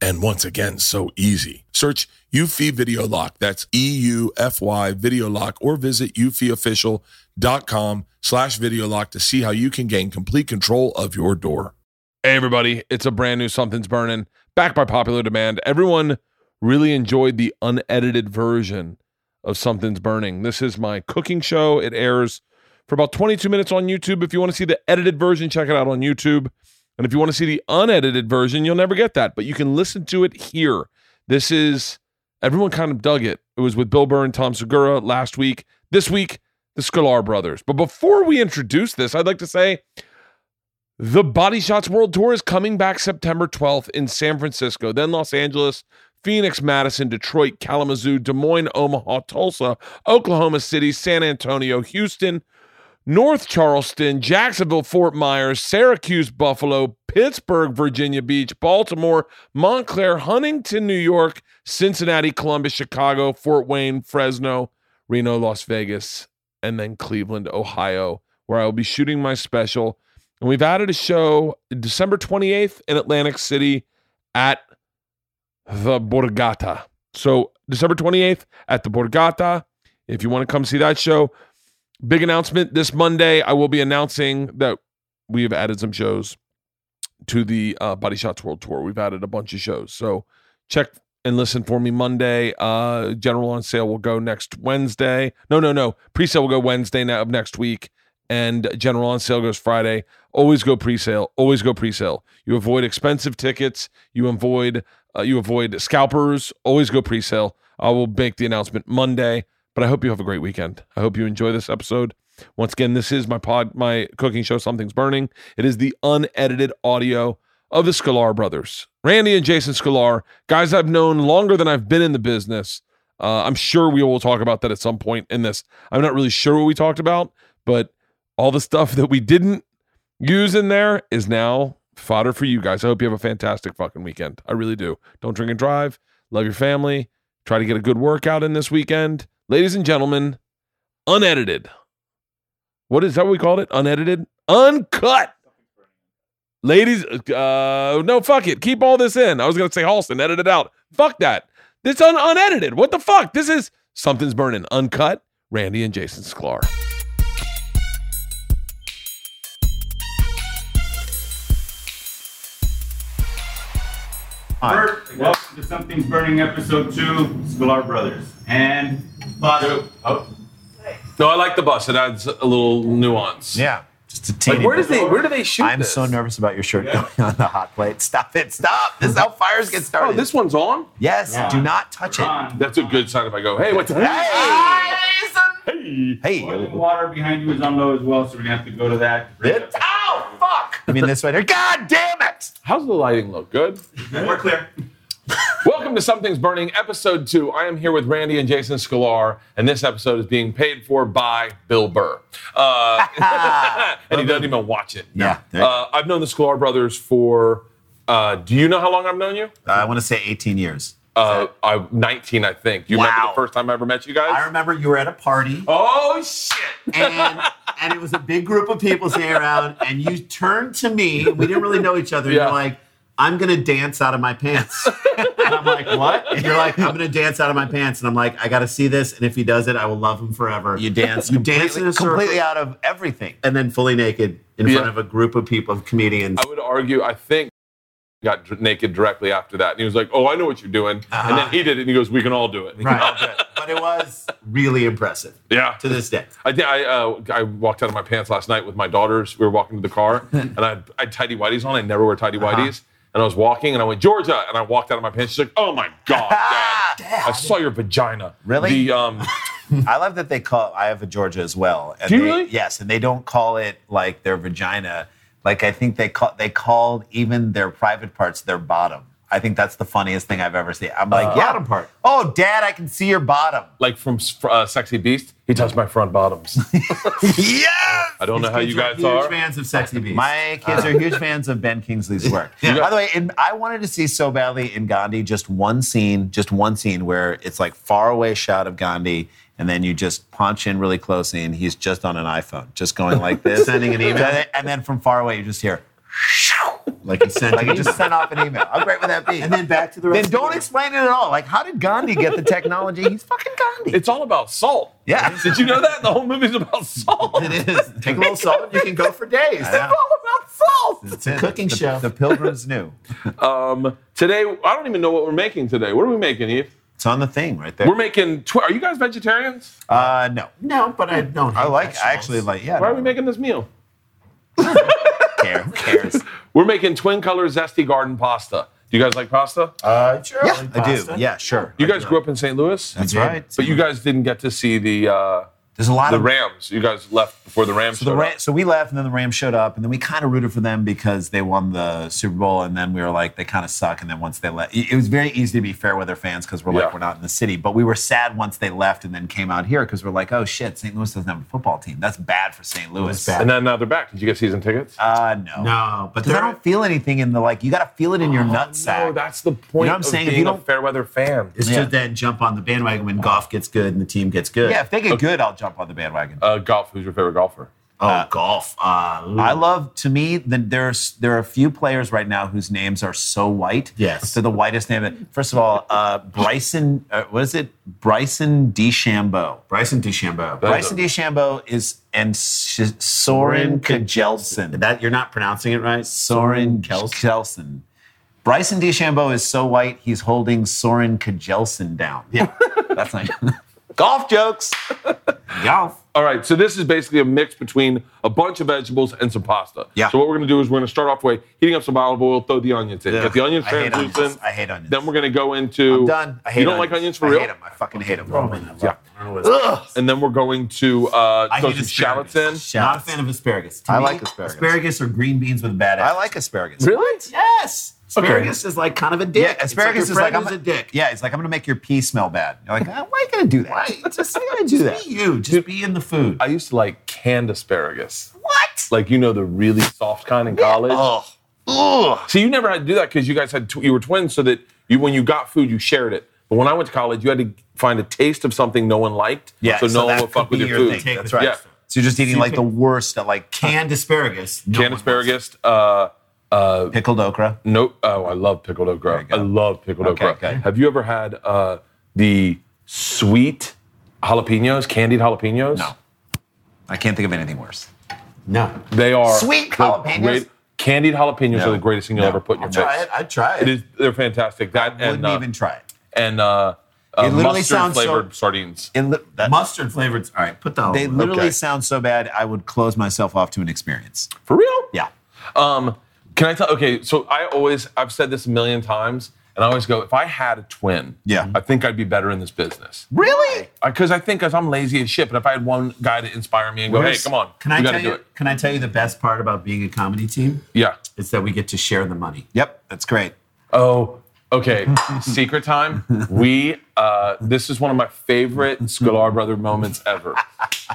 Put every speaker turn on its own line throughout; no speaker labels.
and once again, so easy. Search Eufy Video Lock. That's E U F Y Video Lock, or visit eufyofficial.com slash video lock to see how you can gain complete control of your door. Hey, everybody, it's a brand new Something's Burning, back by popular demand. Everyone really enjoyed the unedited version of Something's Burning. This is my cooking show. It airs for about 22 minutes on YouTube. If you want to see the edited version, check it out on YouTube. And if you want to see the unedited version, you'll never get that, but you can listen to it here. This is everyone kind of dug it. It was with Bill Burr and Tom Segura last week. This week, the Scalar brothers. But before we introduce this, I'd like to say the Body Shots World Tour is coming back September 12th in San Francisco, then Los Angeles, Phoenix, Madison, Detroit, Kalamazoo, Des Moines, Omaha, Tulsa, Oklahoma City, San Antonio, Houston, North Charleston, Jacksonville, Fort Myers, Syracuse, Buffalo, Pittsburgh, Virginia Beach, Baltimore, Montclair, Huntington, New York, Cincinnati, Columbus, Chicago, Fort Wayne, Fresno, Reno, Las Vegas, and then Cleveland, Ohio, where I will be shooting my special. And we've added a show December 28th in Atlantic City at the Borgata. So, December 28th at the Borgata. If you want to come see that show, big announcement this Monday. I will be announcing that we have added some shows to the uh, Body Shots World Tour. We've added a bunch of shows, so check and listen for me Monday. Uh, general on sale will go next Wednesday. No, no, no. Pre-sale will go Wednesday now of next week, and general on sale goes Friday. Always go pre-sale. Always go pre-sale. You avoid expensive tickets. You avoid uh, you avoid scalpers. Always go pre-sale. I will make the announcement Monday but I hope you have a great weekend. I hope you enjoy this episode. Once again, this is my pod, my cooking show, Something's Burning. It is the unedited audio of the Scalar brothers, Randy and Jason Scalar, guys I've known longer than I've been in the business. Uh, I'm sure we will talk about that at some point in this. I'm not really sure what we talked about, but all the stuff that we didn't use in there is now fodder for you guys. I hope you have a fantastic fucking weekend. I really do. Don't drink and drive. Love your family. Try to get a good workout in this weekend ladies and gentlemen, unedited. What is that? What we called it? Unedited, uncut. Ladies, uh, no, fuck it. Keep all this in. I was gonna say Halston, edit it out. Fuck that. This un- unedited. What the fuck? This is something's burning. Uncut. Randy and Jason Sklar.
Bert, welcome to Something's Burning episode two, Scholar Brothers. And Badu.
No, I like the bus. It adds a little nuance.
Yeah. Just a teeny.
Where does they? Where do they shoot?
I'm
this?
so nervous about your shirt going on the hot plate. Stop it. Stop. This is how fires get
Oh,
started.
this one's on.
yes.
Yeah.
Do not touch it.
Ron,
That's a good sign if I go. Hey, what's
Hey. Hey.
boiling water behind you is on low as well, so we're gonna have to go to that.
It- Ow, fuck. I mean, this right here. God damn it.
How's the lighting look? Good.
We're clear.
Welcome to Something's Burning, episode two. I am here with Randy and Jason Scalar, and this episode is being paid for by Bill Burr. Uh, and he doesn't even watch it.
Yeah.
Uh, I've known the Scalar brothers for, uh, do you know how long I've known you?
I want to say 18 years.
uh, I, 19, I think. Do you remember
Wow.
the first time I ever met you guys?
I remember you were at a party
oh, shit.
and and it was a big group of people sitting around, and you turned to me. We didn't really know each other. and
Yeah.
You're like, I'm gonna dance out of my pants. and I'm like, what? And you're like, I'm gonna dance out of my pants. And I'm like, I gotta see this. And if he does it, I will love him forever.
You dance
You dance in a circle.
completely out of everything.
and then fully naked in
Yeah.
front of a group of people of comedians.
I would argue, I think, got dr- naked directly after that. And he was like, oh, I know what you're doing. And
Uh-huh.
then he did it, and he goes, we can all do it.
Right. but it was really impressive
Yeah.
to this day.
I did. I uh, I walked out of my pants last night with my daughters. We were walking to the car, and I had, I had tidy whities on. I never wear tidy whities. And I was walking, and I went Georgia, and I walked out of my pants. She's like, "Oh my god,
Ah,
Dad! I saw your vagina."
Really?
The um,
I love that they call. I have a Georgia as well. And
Do you
they-
really?
Yes, and they don't call it like their vagina. Like I think they call they called even their private parts their bottom. I think that's the funniest thing I've ever seen. I'm like, yeah,
bottom part.
Oh, Dad, I can see your bottom.
like from uh, Sexy Beast, he touched my front bottoms.
Yes.
I don't know how you guys
huge
are.
fans of Sexy Beast.
My kids are huge fans of Ben Kingsley's work. By the way, in, I wanted to see so badly in Gandhi just one scene, just one scene where it's like far away shot of Gandhi, and then you just punch in really closely, and he's just on an iPhone, just going like this,
Sending an email.
and then, and then from far away you just hear,
like he sent
like
me.
he just sent off an email. How great would that be?
and then back to the rest.
Then don't
explain.
explain it at all. Like, how did Gandhi get the technology? He's fucking Gandhi.
It's all about salt.
Yeah.
Did you know that the whole movie's about salt?
It is. Take a little salt and you can go for days.
know.
all about salt.
It's it.
cooking
the,
show.
The pilgrims knew.
Um, today, I don't even know what we're making today. What are we making, Eve?
It's on the thing right there.
We're making. Tw- are you guys vegetarians?
Uh, no.
No, but I don't.
I
hate
like.
vegetables.
I actually like. Yeah.
Why are
no,
we making this meal?
care? Who cares?
We're making twin color zesty garden pasta. Do you guys like pasta?
Uh, sure.
Yeah,
like
I do.
pasta.
Yeah, sure.
you guys grew up in St. Louis?
That's
did.
right.
But you guys didn't get to see the uh,
there's a lot
the
of
Rams. You guys left before the Rams.
So the
showed
Ram,
up.
so we left, and then the Rams showed up, and then we kind of rooted for them because they won the Super Bowl, and then we were like, they kind of suck. And then once they left, it it was very easy to be fair weather fans because we're like,
Yeah.
we're not in the city, but we were sad once they left, and then came out here because we're like, oh shit, St. Louis doesn't have a football team. That's bad for St. Louis.
was bad.
And then now they're back. Did you get season tickets?
Uh, no,
No, but
because
there
I don't feel anything in the like. You got to feel it in your nutsack.
Oh, No, that's the point.
You know what I'm
of
saying? If
Being
you
a
don't-
fair weather fan.
It's
Yeah.
just then jump on the bandwagon when golf gets good and the team gets good.
yeah, if they get good, I'll jump on the bandwagon.
Uh, golf. Who's your favorite golfer?
Oh, golf. Uh, ooh.
I love to me that there's there are a few players right now whose names are so white.
Yes.
They're the whitest name. First of all, uh, Bryson, uh, what is it? Bryson DeChambeau.
Bryson DeChambeau.
Bryson DeChambeau is and Sh- Soren Kjelsen.
That you're not pronouncing it right.
Soren
Kels.
Kjelsen. Bryson DeChambeau is so white he's holding Soren Kjelsen down.
Yeah.
That's not golf jokes.
golf.
All right, so this is basically a mix between a bunch of vegetables and some pasta.
Yeah.
So what we're gonna do is we're gonna start off by heating up some olive oil, throw the onions in.
Ugh,
Get the onions
I hate onions.
translucent.
I hate onions.
Then we're gonna go into.
I'm done. I hate
You don't like onions for real?
I hate them. I fucking hate them.
Yeah.
I don't know what it's-
And then we're going to uh,
I
throw
hate
some
asparagus.
shallots in.
Not a fan of asparagus. To
I
me,
like asparagus.
Asparagus or green beans with bad
I
ass.
like asparagus.
Really?
Yes. Asparagus is like kind of a dick.
Yeah, asparagus
it's
is like
your
I'm
friend who's a dick.
Yeah, it's like I'm gonna make your pee smell bad. You're like, ah, why are you gonna do that?
Why?
Just why you do that.
Be you. Just be in the food.
I used to like canned asparagus.
What?
Like you know the really soft kind in college.
Oh,
See, you never had to do that because you guys had tw- you were twins, so that you when you got food you shared it. But when I went to college, you had to find a taste of something no one liked,
Yeah,
so no
so
one
that
would fuck
could
with
be
your,
your
food.
thing.
Take
That's
the
right.
Yeah,
trash.
So you're just eating like the worst at like canned
Canned asparagus. No
canned
one
asparagus. Uh,
pickled okra.
no, oh, I love pickled okra. I
go.
love pickled
Okay,
okra.
good.
Have you ever had uh, the sweet jalapenos, candied jalapenos?
No. I can't think of anything worse.
wants- No.
they are
Sweet
the
jalapenos?
great- candied jalapenos
No.
are the greatest thing you'll
No.
ever put in your
I'll
face.
Try it. I'd try it.
It is. They're fantastic. That and
Wouldn't
uh,
even try it.
and uh, uh,
It literally
mustard
sounds so-
flavored sardines.
It li- that-
Mustard flavored. All right, put the olive
they
oil.
literally
okay.
sound so bad. I would close myself off to an experience.
For real?
Yeah.
Um, can I tell? Okay, so I always I've said this a million times, and I always go, if I had a twin,
Yeah.
I think I'd be better in this business.
Really?
Because I think because I'm lazy as shit, but if I had one guy to inspire me and go, hey,
Where's-
come on,
Can I
you
tell
gotta do
you?
it.
Can I tell you the best part about being a comedy team?
Yeah.
It's that we get to share the money.
Yep, that's great.
Oh. Okay, secret time. We uh, this is one of my favorite Scalar brother moments ever.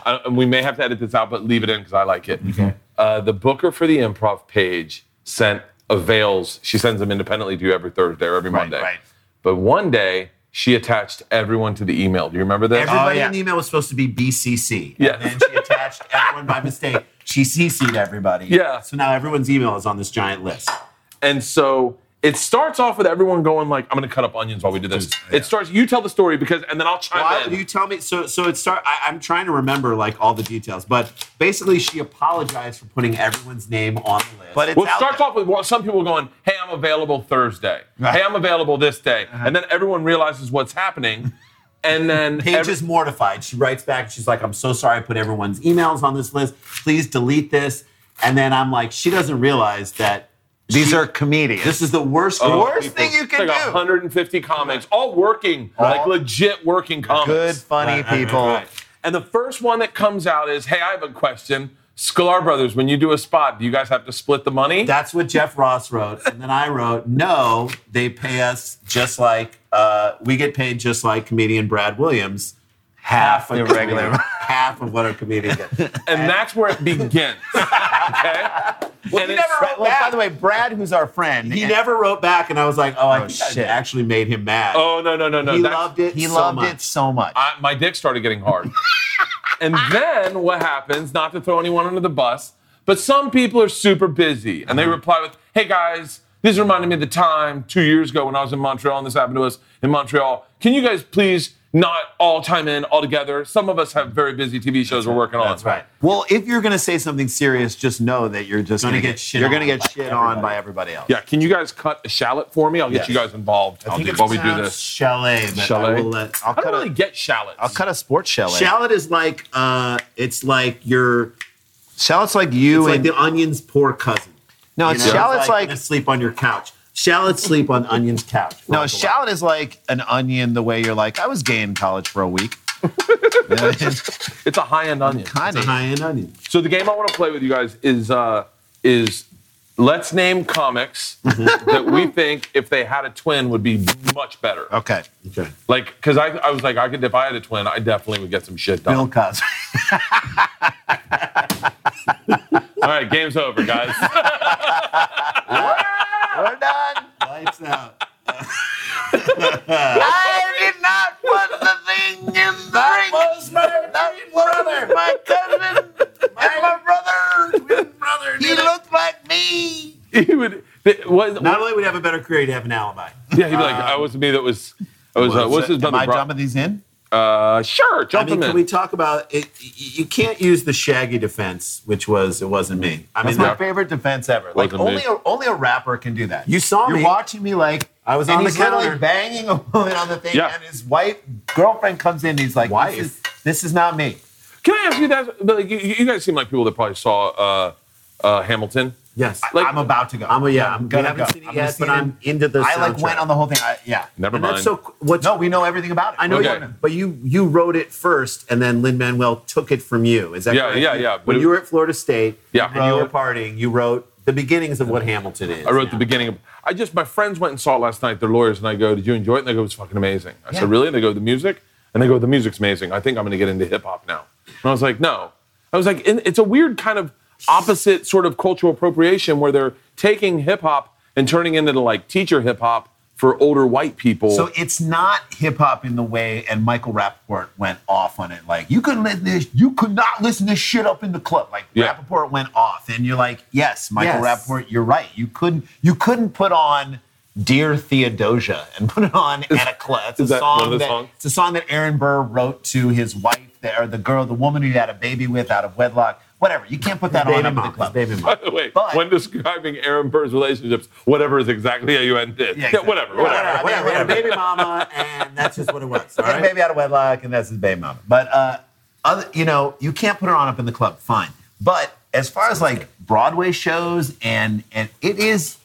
I, and we may have to edit this out, but leave it in because I like it.
Okay.
Oh,
Uh, the booker for the improv page sent avails. She sends them independently to you every Thursday or every
Right,
Monday.
right.
But one day, she attached everyone to the email. Do you remember that?
Everybody
Oh, yeah.
in the email was supposed to be BCC.
Yeah.
And then she attached everyone by mistake. She CC'd everybody.
Yeah.
So now everyone's email is on this giant list.
And so it starts off with everyone going like, "I'm going to cut up onions while we do this." It starts. You tell the story because, and then I'll chime
Why
in.
would you tell me? So, so it start. I, I'm trying to remember like all the details, but basically, she apologized for putting everyone's name on the list.
But it's
well, it
out
starts
there.
off with well, some people going, "Hey, I'm available Thursday. Hey, I'm available this day,"
Uh-huh.
and then everyone realizes what's happening, and then
Paige
every-
is mortified. She writes back. and She's like, "I'm so sorry. I put everyone's emails on this list. Please delete this." And then I'm like, she doesn't realize that
These
she-
are comedians.
This is the worst.
Oh,
worst
people-
thing you
it's
can
like
do.
150 comics, all working, like legit working comics.
good, funny
Right, right, right,
people.
right.
And the first one that comes out is, "Hey, I have a question." Sklar Brothers, when you do a spot, do you guys have to split the money?
That's what Jeff Ross wrote, and then I wrote, "No, they pay us just like uh, we get paid, just like comedian Brad Williams, half a
the regular-
regular, half of what a comedian gets."
and that's where it begins. okay? And
He
it's-
never wrote well, by the way, Brad, who's our friend,
He
and
never wrote back, and I was like, "Oh, I
Oh,
think I
shit.
actually made him mad."
Oh no no no no!
he
that's-
loved it.
He
so
loved
much.
it so much.
I, my dick started getting hard. and then what happens? Not to throw anyone under the bus, but some people are super busy and they
Mm-hmm.
reply with, "Hey guys." This reminded me of the time two years ago when I was in Montreal and this happened to us in Montreal. Can you guys please not all chime in all together? Some of us have very busy TV shows we're working on.
That's right.
well, if you're gonna say something serious, just know that you're just
Gonna
gonna,
get
get
shit
You're
on
gonna get
by
shit on by everybody else.
Yeah, can you guys cut a shallot for me? I'll get
Yes.
you guys involved I'll do- while we do this.
chalet, but
Chalet?
I will let.
I'll
I
cut
don't really
a,
get shallots.
I'll cut a sports shallot.
Shallot is like uh, it's like your
Shallot's like you
it's like
and
the onion's poor cousin.
no,
You know?
shallot's
It's
like,
gonna sleep on your couch. Shallots sleep on onion's couch.
no,
Like a lot.
shallot is like an onion. The way you're like, I was gay in college for a week.
it's a high-end onion.
kind
It's a high end onion.
So the game I want to play with you guys is uh, is let's name comics
Mm-hmm.
that we think if they had a twin would be much better.
Oh.
Okay,
Okay.
Like, because I, I was like, I could if I had a twin, I definitely would get some shit done.
Bill Cosby.
All right, game's over, guys.
We're done.
Lights out.
I did not put the thing in the ring. That was my brother, my cousin, my brother.
Brother,
He looked like me.
he would. It was,
Not only would you have a better career, you'd have an alibi.
yeah, he'd be like, I was me that was. I was. uh, what's his
Am I
brother? Bro-
jumping these in?
uh, sure,
I
jump
mean,
him
can
in.
we talk about it? y- You can't use the shaggy defense, which was it wasn't me. I mean,
That's my favorite defense ever. Like
Wasn't me.
only a, only a rapper can do that.
You saw
You're
me.
watching me like
I was
and
on the
he's literally
counter.
banging a woman on the thing,
Yeah.
and his wife girlfriend comes in. and He's like,
Wife.
This is, this is not me.
Can I ask you guys? Like, you, you guys seem like people that probably saw uh, uh, Hamilton.
yes.
Like-
I'm about to go.
I'm a, yeah, I'm,
I'm
we
gonna
haven't
go.
seen it
I'm gonna
yet,
see
but
it in-
I'm into the.
I like went
soundtrack.
on the whole thing. I, yeah.
Never
And
mind.
that's so. What's
No, we know everything about it.
I know,
Okay.
you, but you you wrote it first, and then Lin Manuel took it from you. Is that
Yeah,
correct?
yeah, yeah, but
When
it-
you were at Florida State,
Yeah.
and you were partying, you wrote the beginnings of what Hamilton is.
I wrote the
now.
beginning of. I just my friends went and saw it last night. They're lawyers, and I go, "Did you enjoy it?" And they go, "It was fucking amazing." I
Yeah.
said, "Really?" And they go, "The music," and they go, "The music's amazing." I think I'm going to get into hip hop now. And I was like, "No," I was like, and "It's a weird kind of opposite sort of cultural appropriation where they're taking hip hop and turning it into like teacher hip hop for older white people."
So it's not hip hop in the way, and Michael Rappaport went off on it. Like, you couldn't listen to this, you could not listen to this shit up in the club. Like
Yeah.
Rappaport went off. And you're like, yes, Michael
Yes.
Rappaport, you're right. You couldn't you couldn't put on Dear Theodosia and put it on at a club. It's a
is that
song
one of the
that,
songs?
it's a song that Aaron Burr wrote to his wife that, or the girl, the woman who he had a baby with out of wedlock. Whatever. You can't put that on
baby
up at the
mom.
club.
His baby
by
mom.
the way,
but-
when describing Aaron Burr's relationships, whatever is exactly how you end it. Yeah,
exactly.
whatever, whatever.
Yeah,
Whatever,
whatever.
baby mama, and that's just what it was. All
He had a
right?
baby out of wedlock, and that's his baby mama. But uh, other, you know, you can't put her on up in the club. Fine. But as far as like Broadway shows, and and it is,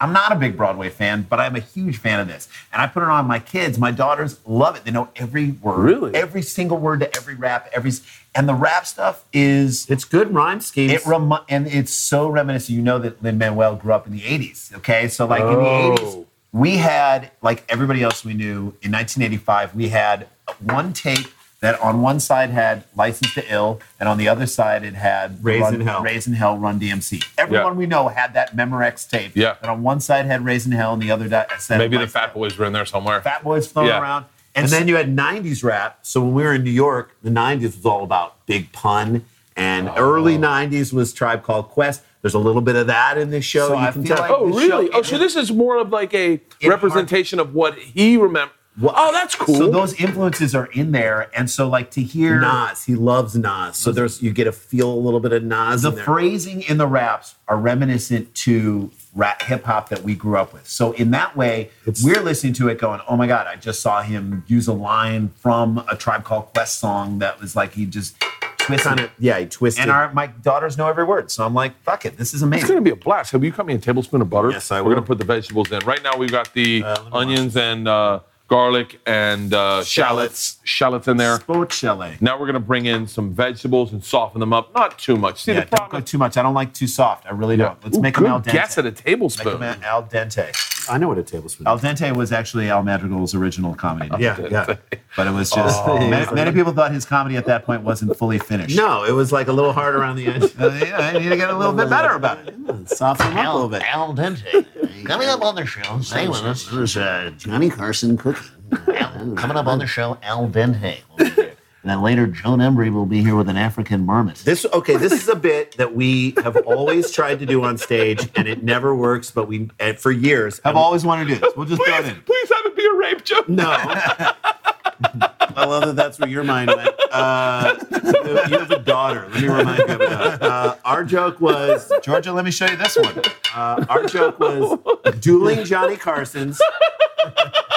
I'm not a big Broadway fan, but I'm a huge fan of this, and I put it on my kids. My daughters love it. They know every word,
Really?
every single word to every rap, every s- and the rap stuff is
It's good rhyme schemes.
it remi- and it's so reminiscent. You know that Lin Manuel grew up in the '80s. Okay, so like in the '80s,
Oh.
we had like everybody else we knew in 1985. We had one tape that on one side had License to Ill, and on the other side it had
Raising
Run-
Hell.
Raising Hell, Run DMC. Everyone
Yeah.
we know had that Memorex tape.
Yeah.
And on one side had Raising Hell, and the other di- side
Maybe the
License to
Fat
Ill.
Boys were in there somewhere.
Fat Boys flowing
Yeah.
around.
And then you had 90s rap. So when we were in New York, the 90s was all about Big Pun. And
Oh.
early 90s was Tribe Called Quest. There's a little bit of that in this show.
So
you
I
can
feel
tell.
like-
Oh,
this
really?
show-
Oh, so this is more of like a representation of what he remembered.
Well,
oh, that's cool.
So those influences are in there, and so like to hear
Nas. He loves Nas. So there's you get a feel a little bit of Nas.
the
in there.
phrasing in the raps are reminiscent to rap hip hop that we grew up with. So in that way, we're listening to it going, "Oh my god, I just saw him use a line from a Tribe Called Quest song that was like he just twisted
kind
it."
of yeah, he twisted.
And our my daughters know every word, so I'm like, "Fuck it, this is
It's going
amazing."
to be a blast. Have you cut me a tablespoon of butter?
Yes, I
We're
will.
going to put the vegetables in. Right now, we've got the
Uh, let me
onions and uh, garlic and uh, shallots. Shallots in there.
Sport chalet.
Now we're going to bring in some vegetables and soften them up. Not too much. See
Yeah,
the
don't go
problem?
too much. I don't like too soft. I really don't. Let's
Ooh,
make
good
them al dente.
guess at a
Make them
tablespoon.
al dente.
I know what a tablespoon.
Al
Is.
dente was actually Al Madrigal's original comedy. name.
Oh, Yeah, yeah. Oh,
but it was just many, many people thought his comedy at that point wasn't fully finished.
No, it was like a little hard around the edge.
Uh, yeah, I need to get a little bit better about it.
Soften up a little bit.
Al Dente. Coming up on the show, stay with us. This is uh, Johnny Carson cooking. Al- coming up on the show, Al Dente. will be here. And then later, Joan Embry will be here with an African marmot.
This okay. This is a bit that we have always tried to do on stage, and it never works. But we and for years
I've always wanted to do this. We'll just throw it
Please,
in.
please have it be a rape joke.
No. I love that that's where your mind went. Uh, you have a daughter. Let me remind you of that. Uh, our joke was
Georgia, let me show you this one.
uh, our joke was dueling Johnny Carson's,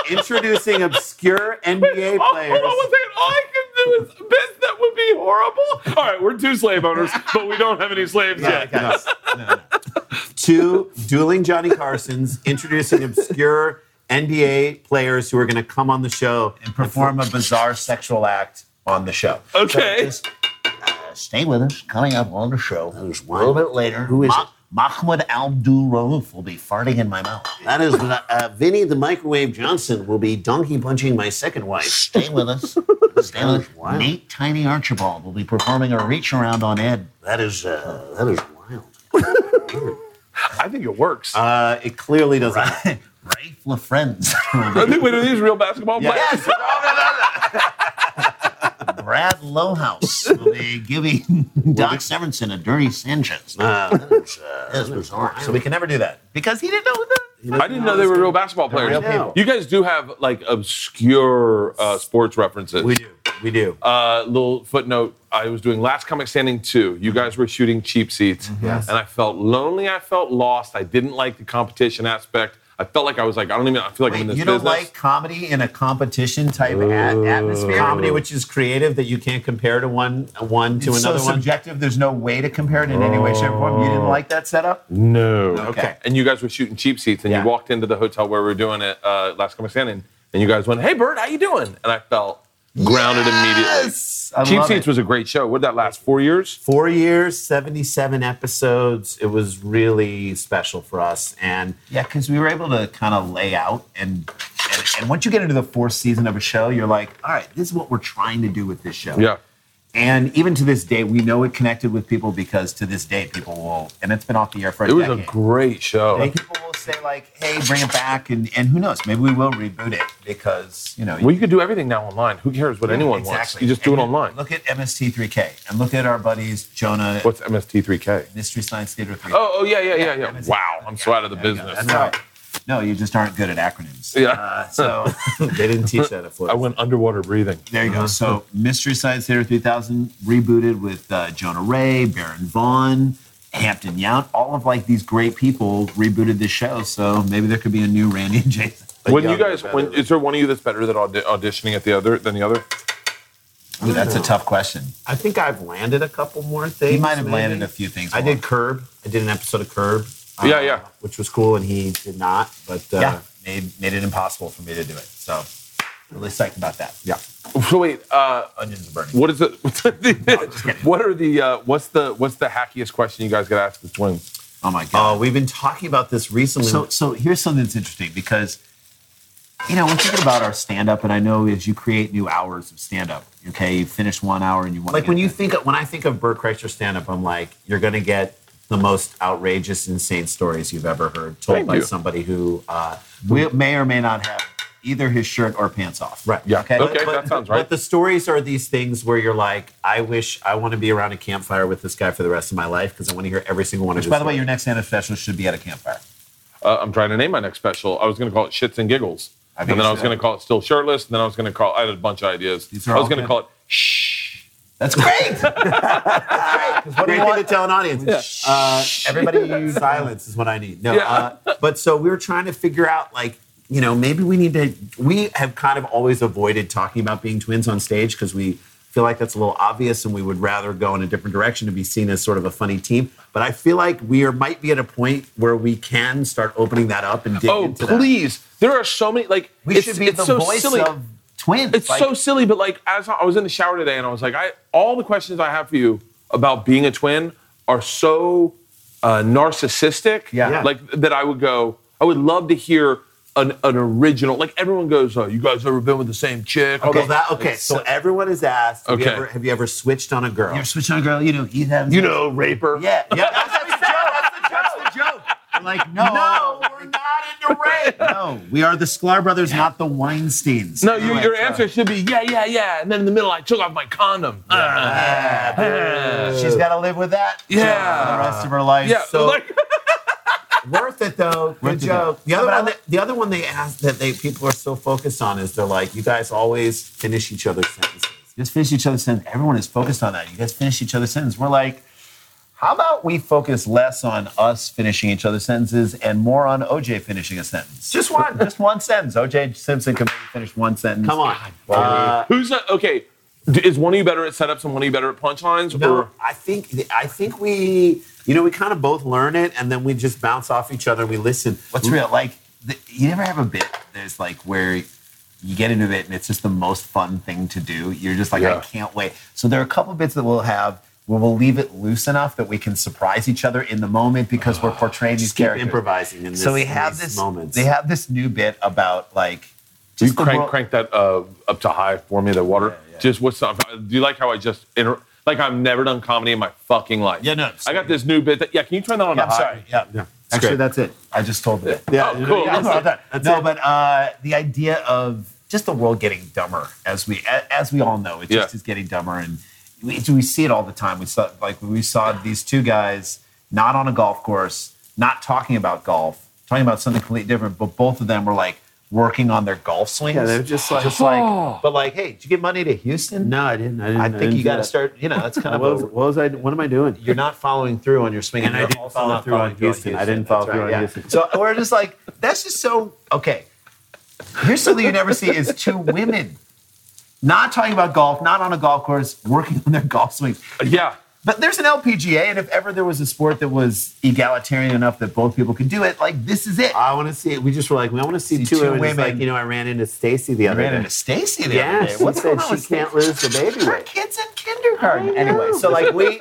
introducing obscure NBA
Oh,
players.
Hold on one second. All I can do is bits that would be horrible. All right, we're two slave owners, but we don't have any slaves yet.
Yes. Two dueling Johnny Carsons, introducing obscure NBA players who are going to come on the show.
And perform a bizarre sexual act on the show.
Okay.
Stay with us. Coming up on the show, a little bit later, who is Mahmoud Abdul Rauf will be farting in my mouth.
That is, uh, Vinny the Microwave Johnson will be donkey punching my second wife.
Stay with us. Stay with us. Nate Tiny Archibald will be performing a reach around on Ed.
That is, uh, that is wild.
I think it works.
Uh, it clearly doesn't.
Rafe LaFrenz.
I think we do these real basketball players.
Brad Lowhouse will be giving Doc Severinsen a dirty Sanchez.
Ah.
Uh, that is, uh, that is bizarre.
So we can never do that.
Because he didn't know that.
I didn't know they were real basketball players.
real people.
You guys do have like obscure uh, sports references.
We do. We do.
Uh, little footnote: I was doing Last Comic Standing two. You guys were shooting cheap seats,
Mm-hmm.
Yes.
and I felt lonely. I felt lost. I didn't like the competition aspect. I felt like I was like I don't even. I feel like I'm in this
You don't
business.
like comedy in a competition type at- atmosphere?
comedy, which is creative, that you can't compare to one one to
It's so
another one.
subjective, there's no way to compare it in any way, shape, or form. You didn't like that setup?
no.
Okay.
And you guys were shooting cheap seats, and
Yeah.
you walked into the hotel where we were doing it uh, Last Comic Standing, and you guys went, "Hey, Bert, how you doing?" And I felt grounded immediately.
Yes! I
Cheap
love
Seats
it.
was a great show. What did that last? Four years?
Four years, 77 episodes. It was really special for us. And
Yeah, because we were able to kind of lay out and, and and once you get into the fourth season of a show, you're like, all right, this is what we're trying to do with this show.
Yeah.
And even to this day, we know it connected with people because to this day, people will, and it's been off the air for a
It was a
decade.
great show.
And people will say like, hey, bring it back, and and who knows, maybe we will reboot it because you know.
Well, you could do everything now online. Who cares what anyone wants? You just do it
And
online.
Look at MST3K and look at our buddies Jonah,
What's MST3K?
Mystery Science Theater 3.
Oh, oh yeah, yeah, yeah,
Yeah,
yeah.
MST3K.
Wow, I'm so out of the
There you go.
business.
That's all right. No, you just aren't good at acronyms.
Yeah.
Uh, so.
they didn't teach that at Florida.
I went underwater breathing.
There you go. So, Mystery Science Theater 3000 rebooted with uh, Jonah Ray, Baron Vaughn, Hampton Yount, all of like these great people rebooted this show. So maybe there could be a new Randy and Jason.
When
young
you guys,
are
when
better.
is there one of you that's better at audi- auditioning at the other than the other?
Ooh, that's a tough question.
I think I've landed a couple more things.
He might have
maybe.
landed a few things.
I did
wrong.
Curb. I did an episode of Curb. uh,
Yeah, yeah.
Which was cool, and he did not. But uh,
Yeah, made made it impossible for me to do it. So, really psyched about that.
yeah.
So wait, uh,
Onions are burning.
what is it? what are the? Uh, what's the? What's the hackiest question you guys get asked as twins?
Oh my god.
Uh, Oh, we've been talking about this recently.
So, so here's something that's interesting because you know, when thinking about our stand up, and I know as you create new hours of stand up, okay, you finish one hour and you want
Like when you think of, when I think of Bert Kreischer stand up, I'm like, you're gonna get the most outrageous, insane stories you've ever heard told
Thank
by
you.
somebody who uh,
we may or may not have either his shirt or pants off.
Right.
Yeah.
Okay.
Okay, that sounds right.
But the stories are these things where you're like, I wish I want to be around a campfire with this guy for the rest of my life because I want to hear every single one of
Which,
his.
by the way,
stories.
your next stand up special should be at a campfire.
uh, I'm trying to name my next special. I was going to call it Shits and Giggles.
I
And
think
then I was
so.
going to call it Still Shirtless. And then I was going to call, I had a bunch of ideas.
These are
I was
all
going to
good.
call it Shh.
That's great.
what do you want to tell an audience? Uh, everybody, use silence is what I need. No,
Yeah.
uh, but so we were trying to figure out, like, you know, maybe we need to. We have kind of always avoided talking about being twins on stage because we feel like that's a little obvious, and we would rather go in a different direction to be seen as sort of a funny team. But I feel like we are might be at a point where we can start opening that up and dig
Oh,
into that.
please. There are so many, like,
We
it's,
should be
it's
the
so
voice
silly.
of twins.
It's
Like,
so silly, but like as I I was in the shower today and I was like, I all the questions I have for you about being a twin are so uh, narcissistic.
Yeah. Yeah.
Like that I would go, I would love to hear an, an original. Like everyone goes, oh, you guys ever been with the same chick?
Okay, that, okay. So everyone is asked. Have,
Okay.
you ever, have you ever switched on a girl?
You're switching on a girl, you know, you have.
you know, raper.
Yeah.
yeah, that's, that's the joke. That's the joke.
You're like, no.
No, we're not into rape.
No. We are the Sklar brothers, not the Weinsteins.
No, you, your answer should be yeah, yeah, yeah, and then in the middle I took off my condom. Ah,
Uh,
She's got to live with that for the
yeah,
rest of her life.
yeah.
So-
like,
Worth it though. Good
it,
joke. The other
But I
one, that, the other one they asked that they people are so focused on is they're like, you guys always finish each other's sentences.
Just finish each other's sentence. Everyone is focused on that. You guys finish each other's sentence. We're like, how about we focus less on us finishing each other's sentences and more on OJ finishing a sentence? Just one. just one sentence. OJ Simpson can finish one sentence.
Come on. Uh,
who's not, okay? d- Is one of you better at setups and one of you better at punchlines?
no,
or
I think I think we, you know, we kind of both learn it and then we just bounce off each other and we listen.
What's real? Like, the, you never have a bit that's like where you get into it and it's just the most fun thing to do. You're just like, I
Yeah.
can't wait. So there are a couple bits that we'll have where we'll leave it loose enough that we can surprise each other in the moment because we're portraying these
Ah, Just keep
characters.
improvising in this,
so we
in
have
these
this
moments.
They have this new bit about like
do you
the
crank
world-
crank that uh, up to high for me? The water. Just what's up? Do you like how I just inter- like I've never done comedy in my fucking life?
Yeah, no,
I got this new bit. That, yeah, can you turn that on?
Yeah,
to
I'm
high?
sorry. Yeah. Actually,
great.
that's it. I just told it.
yeah,
Oh, cool.
Yeah,
That's
no,
it.
that-
That's
no,
it.
but uh, the idea of just the world getting dumber as we a- as we all know, it just
Yeah.
is getting dumber, and we, we see it all the time. We saw like we saw these two guys not on a golf course, not talking about golf, talking about something completely different, but both of them were like working on their golf swings.
Yeah, they're just like,
just like, but like, hey, did you get money to Houston?
no, I didn't. I didn't.
I
didn't
think you
do
got to
that.
start. You know, that's kind
What
of
was,
a-
what was I? What am I doing?
you're not following through on your swing,
And I
you're
didn't
also
follow
not
through on
following through
Houston. I didn't follow
That's
through on
yeah.
Houston.
So we're just like, that's just so okay. Here's something you never see: is two women not talking about golf, not on a golf course, working on their golf swings.
Yeah.
But there's an LPGA, and if ever there was a sport that was egalitarian enough that both people could do it, like this is it. I
I want to see it. We just were like, we want to see,
See
two,
two
women. It's
women.
Like, you know, I ran into Stacy the other
ran
day.
into Stacy the
yeah,
other day.
she
What's
said
going on
she
with
can't
Stacey?
lose the baby
her
weight.
kids in kindergarten. Anyway, so like we,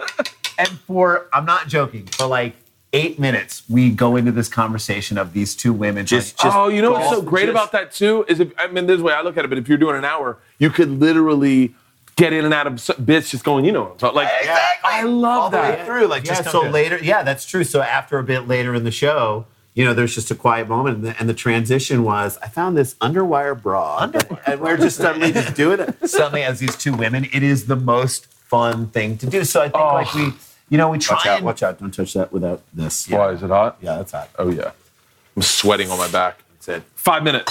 and for I'm not joking, for like eight minutes, we go into this conversation of these two women. Just,
oh, you know what's so
golf,
great
just-
about that too is if I mean this is the way I look at it, but if you're doing an hour, you could literally get in and out of s- bits just going, you know, what I'm talking- like
Exactly.
I love
All the way
that.
through. through, like,
yeah,
just come
so
to-
later. Yeah, that's true. So after a bit later in the show, you know, there's just a quiet moment, and the, and the transition was, I found this underwire bra, and we're just suddenly just doing it.
suddenly as these two women, it is the most fun thing to do. So I think like we, you know, we try
Watch out!
and
Watch out! Don't touch that without this. Yeah,
Why is it hot?
yeah that's hot.
Oh yeah. I'm sweating on my back.
That's it.
Five minutes.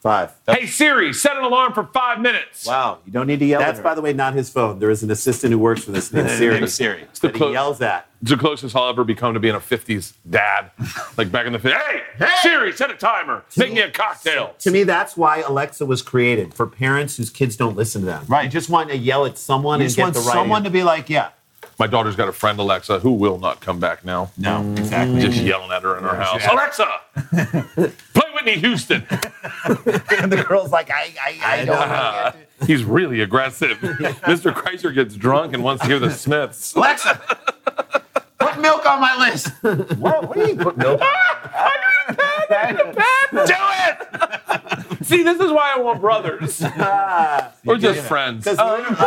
Five.
Hey Siri, set an alarm for five minutes.
wow, you don't need to yell.
That's
at
by
her.
the way not his phone. There is an assistant who works for this named Siri. Siri.
the
That he
close-
yells at.
It's the closest I'll ever become to being a 50s dad. like back in the 50s. Hey, Siri, set a timer. Make me a cocktail.
To me, that's why Alexa was created for parents whose kids don't listen to them.
Right.
You just want to yell at someone
You
and
just
get
want
the right.
someone to be like, yeah,
My daughter's got a friend, Alexa, who will not come back now.
no,
Mm.
exactly.
Just yelling at her in her house. Alexa, play Whitney Houston.
and the girl's like, I, I, I don't.
Ah, he's really aggressive. Mr. Kreischer gets drunk and wants to hear the Smiths.
Alexa, put milk on my list. what, what do you put milk on?
Do it! See, this is why I want brothers.
Oh.
or just friends.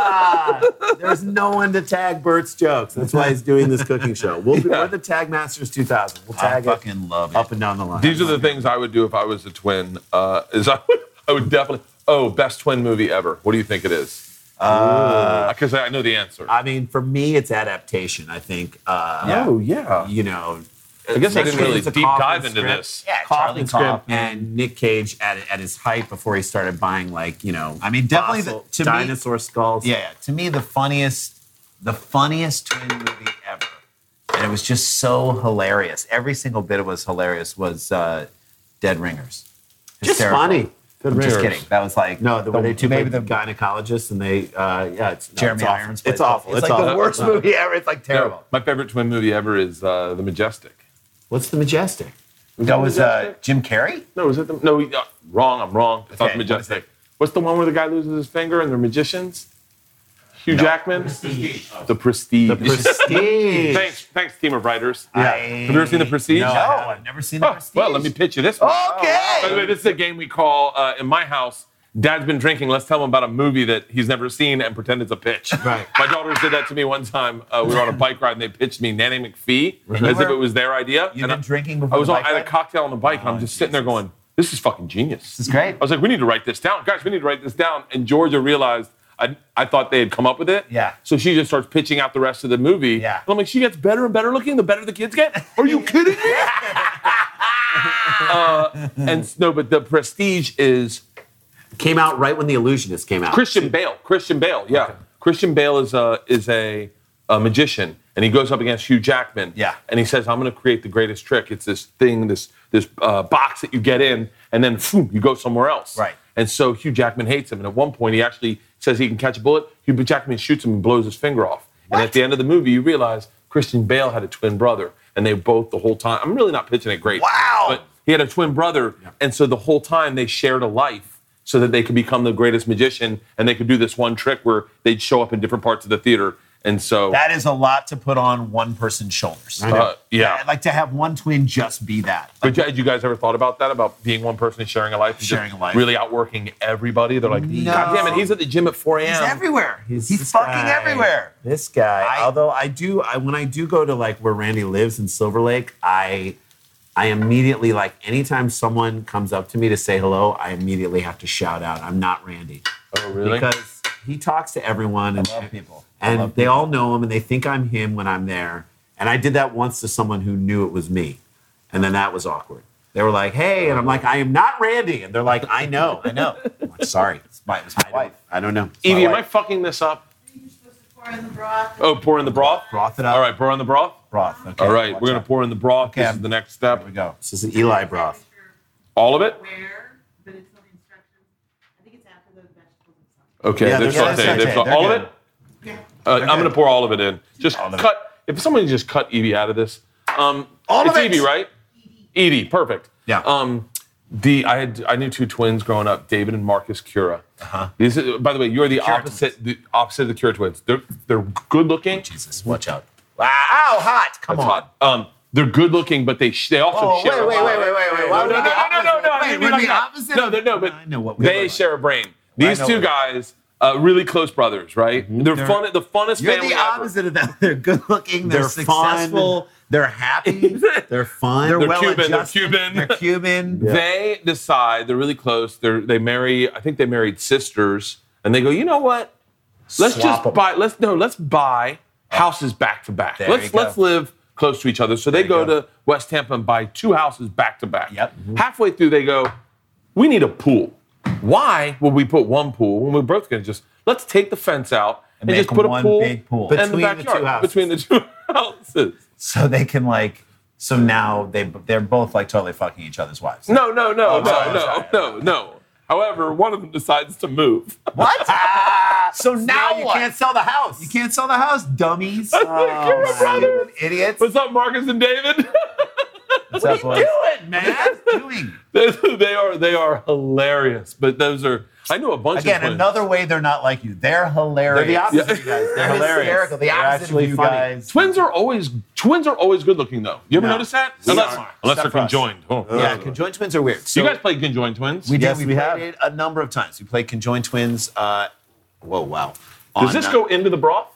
Ah, there's no one to tag Bert's jokes. That's why he's doing this cooking show. We'll be, We're the Tag Masters 2000. We'll
I
tag it
fucking love it.
up and down the line.
These are the things I would do if I was a twin. Uh, is I would, I would definitely. Oh, best twin movie ever. What do you think it is?
Uh,
Because I know the answer.
I mean, for me, it's adaptation. I think. Uh,
Oh, yeah.
You know,
I guess I didn't really
It's a
deep
Kaufman
dive into
script.
this.
Yeah,
Kaufman
Charlie Kaufman.
script and Nick Cage at, at his height before he started buying like you know.
I mean, definitely
fossil-
the- to me-
dinosaur skulls.
Yeah, yeah. to me, the funniest, the funniest twin movie ever, and it was just so hilarious. Every single bit of it was hilarious. Was uh, Dead Ringers?
just
Hysterical.
funny.
I'm just kidding. That was like
No, the way they took
maybe
the
the
gynecologist and they, uh, yeah, it's no, it's
Jeremy
awful.
Irons.
It's
plays-
awful.
It's,
It's,
like
awful.
the worst
It's not-
movie ever. It's like terrible.
No, my favorite twin movie ever is uh, The Majestic.
What's the majestic?
That was uh, Jim Carrey.
No, is it the no? uh, wrong, I'm wrong. It's not
Okay,
the
what is
majestic. What's the one where the guy loses his finger and they're magicians? Hugh Jackman. The Prestige.
Prestige.
thanks, thanks, team of writers.
Yeah.
Have you ever seen The Prestige?
No, I've never seen the
Oh,
Prestige.
well, let me pitch you this one.
Okay.
By the way, this is a game we call uh, in my house. Dad's been drinking. Let's tell him about a movie that he's never seen and pretend it's a pitch.
Right.
My daughters did that to me one time. Uh, we were on a bike ride and they pitched me Nanny McPhee as if
were-
it was their idea.
You've
And
been
I-
drinking before.
I was
the
on,
bike
I had a
ride?
cocktail on the bike, and
Oh,
I'm just sitting there going, "This is fucking genius.
This is great.
I was like, "We need to write this down, guys. We need to write this down." And Georgia realized I, I thought they had come up with it.
Yeah.
So she just starts pitching out the rest of the movie.
Yeah.
And I'm like, she gets better and better looking. The better the kids get. Are you kidding me? uh, and s- no, but the prestige is
Came out right when The Illusionist came out.
Christian Bale. Christian Bale. Yeah. Christian Bale is a is a, a magician, and he goes up against Hugh Jackman.
Yeah.
And he says, "I'm going to create the greatest trick. It's this thing, this this uh, box that you get in, and then phoom, you go somewhere else."
Right.
And so Hugh Jackman hates him, and at one point he actually says he can catch a bullet. Hugh Jackman shoots him and blows his finger off. And at the end of the movie, you realize Christian Bale had a twin brother, and they both the whole time. I'm really not pitching it great.
Wow.
But he had a twin brother, and so the whole time they shared a life so that they could become the greatest magician and they could do this one trick where they'd show up in different parts of the theater. And so,
That is a lot to put on one person's shoulders.
uh, yeah.
I'd like to have one twin just be that.
but had you guys ever thought about that? About being one person and sharing a life, and just
Sharing a life.
really outworking everybody. They're like,
No.
God damn it, he's at the gym at 4 a.m.
He's everywhere. He's,
this
fucking
guy.
everywhere.
This guy.
I-
although I do, I, when I do go to like where Randy lives in Silver Lake, I, I immediately like anytime someone comes up to me to say hello, I immediately have to shout out, "I'm not Randy,"
Oh, really?
because he talks to everyone and
Love people.
and they all know him and they think I'm him when I'm there. And I did that once to someone who knew it was me. And then that was awkward. They were like, hey, and I'm like, I am not Randy. And they're like, I know. I know. I'm like, Sorry. It's my, it's my wife. I don't know. It's my
Evie, am I
wife.
fucking this up?
You're supposed to pour in the broth.
Oh, pour in the broth.
Broth it up.
All right, pour in the broth.
Broth. Okay.
All right, we're gonna pour in the broth.
Okay,
This
I'm-
is the next step.
Here we go.
This is an Eli broth.
All of it.
Where, but it's not the instructions. I think it's after those vegetables and stuff.
Okay,
Yeah,
they're
they're- yeah,
sauteed.
they're
They're
sauteed.
sau-
They're
all
good.
of it. Uh, I'm gonna pour all of it in. Just cut. If somebody just cut Evie out of this, um,
All
it's
of it?
Evie, right? Edie, perfect.
Yeah.
Um, the I had I knew two twins growing up, David and Marcus Cura. Uh-huh. These, are- by the way, you're the opposite the opposite of the Cura twins. They're they're good looking.
Jesus, watch out. Wow, ow, hot. Come
That's
on.
hot. Um, they're good looking, but they sh- they also
Oh, wait,
share. a
wait,
lot.
wait, wait, wait, wait.
No,
Why would
no,
it
no, no,
be
no,
opposite?
no. I
Wait,
didn't
would
mean
it
like
be
that.
opposite?
No, they're- no, but
I know what we
they
look like.
share a brain. These
know
two
what we look
guys, uh, really close brothers, right? They're, fun. The funnest
You're
family
the
ever.
opposite of that. They're good looking. They're,
They're fun.
successful. They're happy.
They're fun.
They're,
They're
well
Cuban, they're
adjusted.
Cuban.
They're Cuban.
They decide they're really close. They're they marry. I think they married sisters, and they go. You know what? Let's
Swap
just
'em.
buy. Let's no. Let's buy houses back to back.
There you
Let's
go.
let's live close to each other. So they
you
go,
go.
to West Tampa and buy two houses back to back.
Yep. Mm-hmm.
Halfway through, they go. We need a pool. Why would we put one pool when we're both going to just let's take the fence out and,
make
just put
one
a pool,
big pool.
in the
Between the two
backyard
houses.
between the two houses.
So they can like. So now they they're both like totally fucking each other's wives.
No, no, no, no,
Oh, sorry,
no,
sorry.
no, no. However, one of them decides to move.
What? so now,
you
what?
can't sell the house.
You can't sell the house, dummies. Oh,
You're a brother.
idiots.
What's up, Marcus and David?
What's up, boys?
do it, man.
What are you doing?
they they are they are hilarious. But those are I knew a bunch of
Again,
places.
another way they're not like you. They're hilarious.
They're the opposite of you guys. They're
They're
hilarious.
hysterical. The
They're
opposite
actually
of you
funny.
guys.
Twins are always twins are always good looking though. You ever
No.
notice that?
We
unless
are.
unless
Except
they're
for us.
conjoined. Oh.
Yeah, conjoined twins are weird.
you
So-
guys play conjoined twins?
We did.
Yes,
we,
we
played
have.
it a number of times. We played conjoined twins. Uh, whoa, wow.
Does
On,
this
uh,
go into the broth?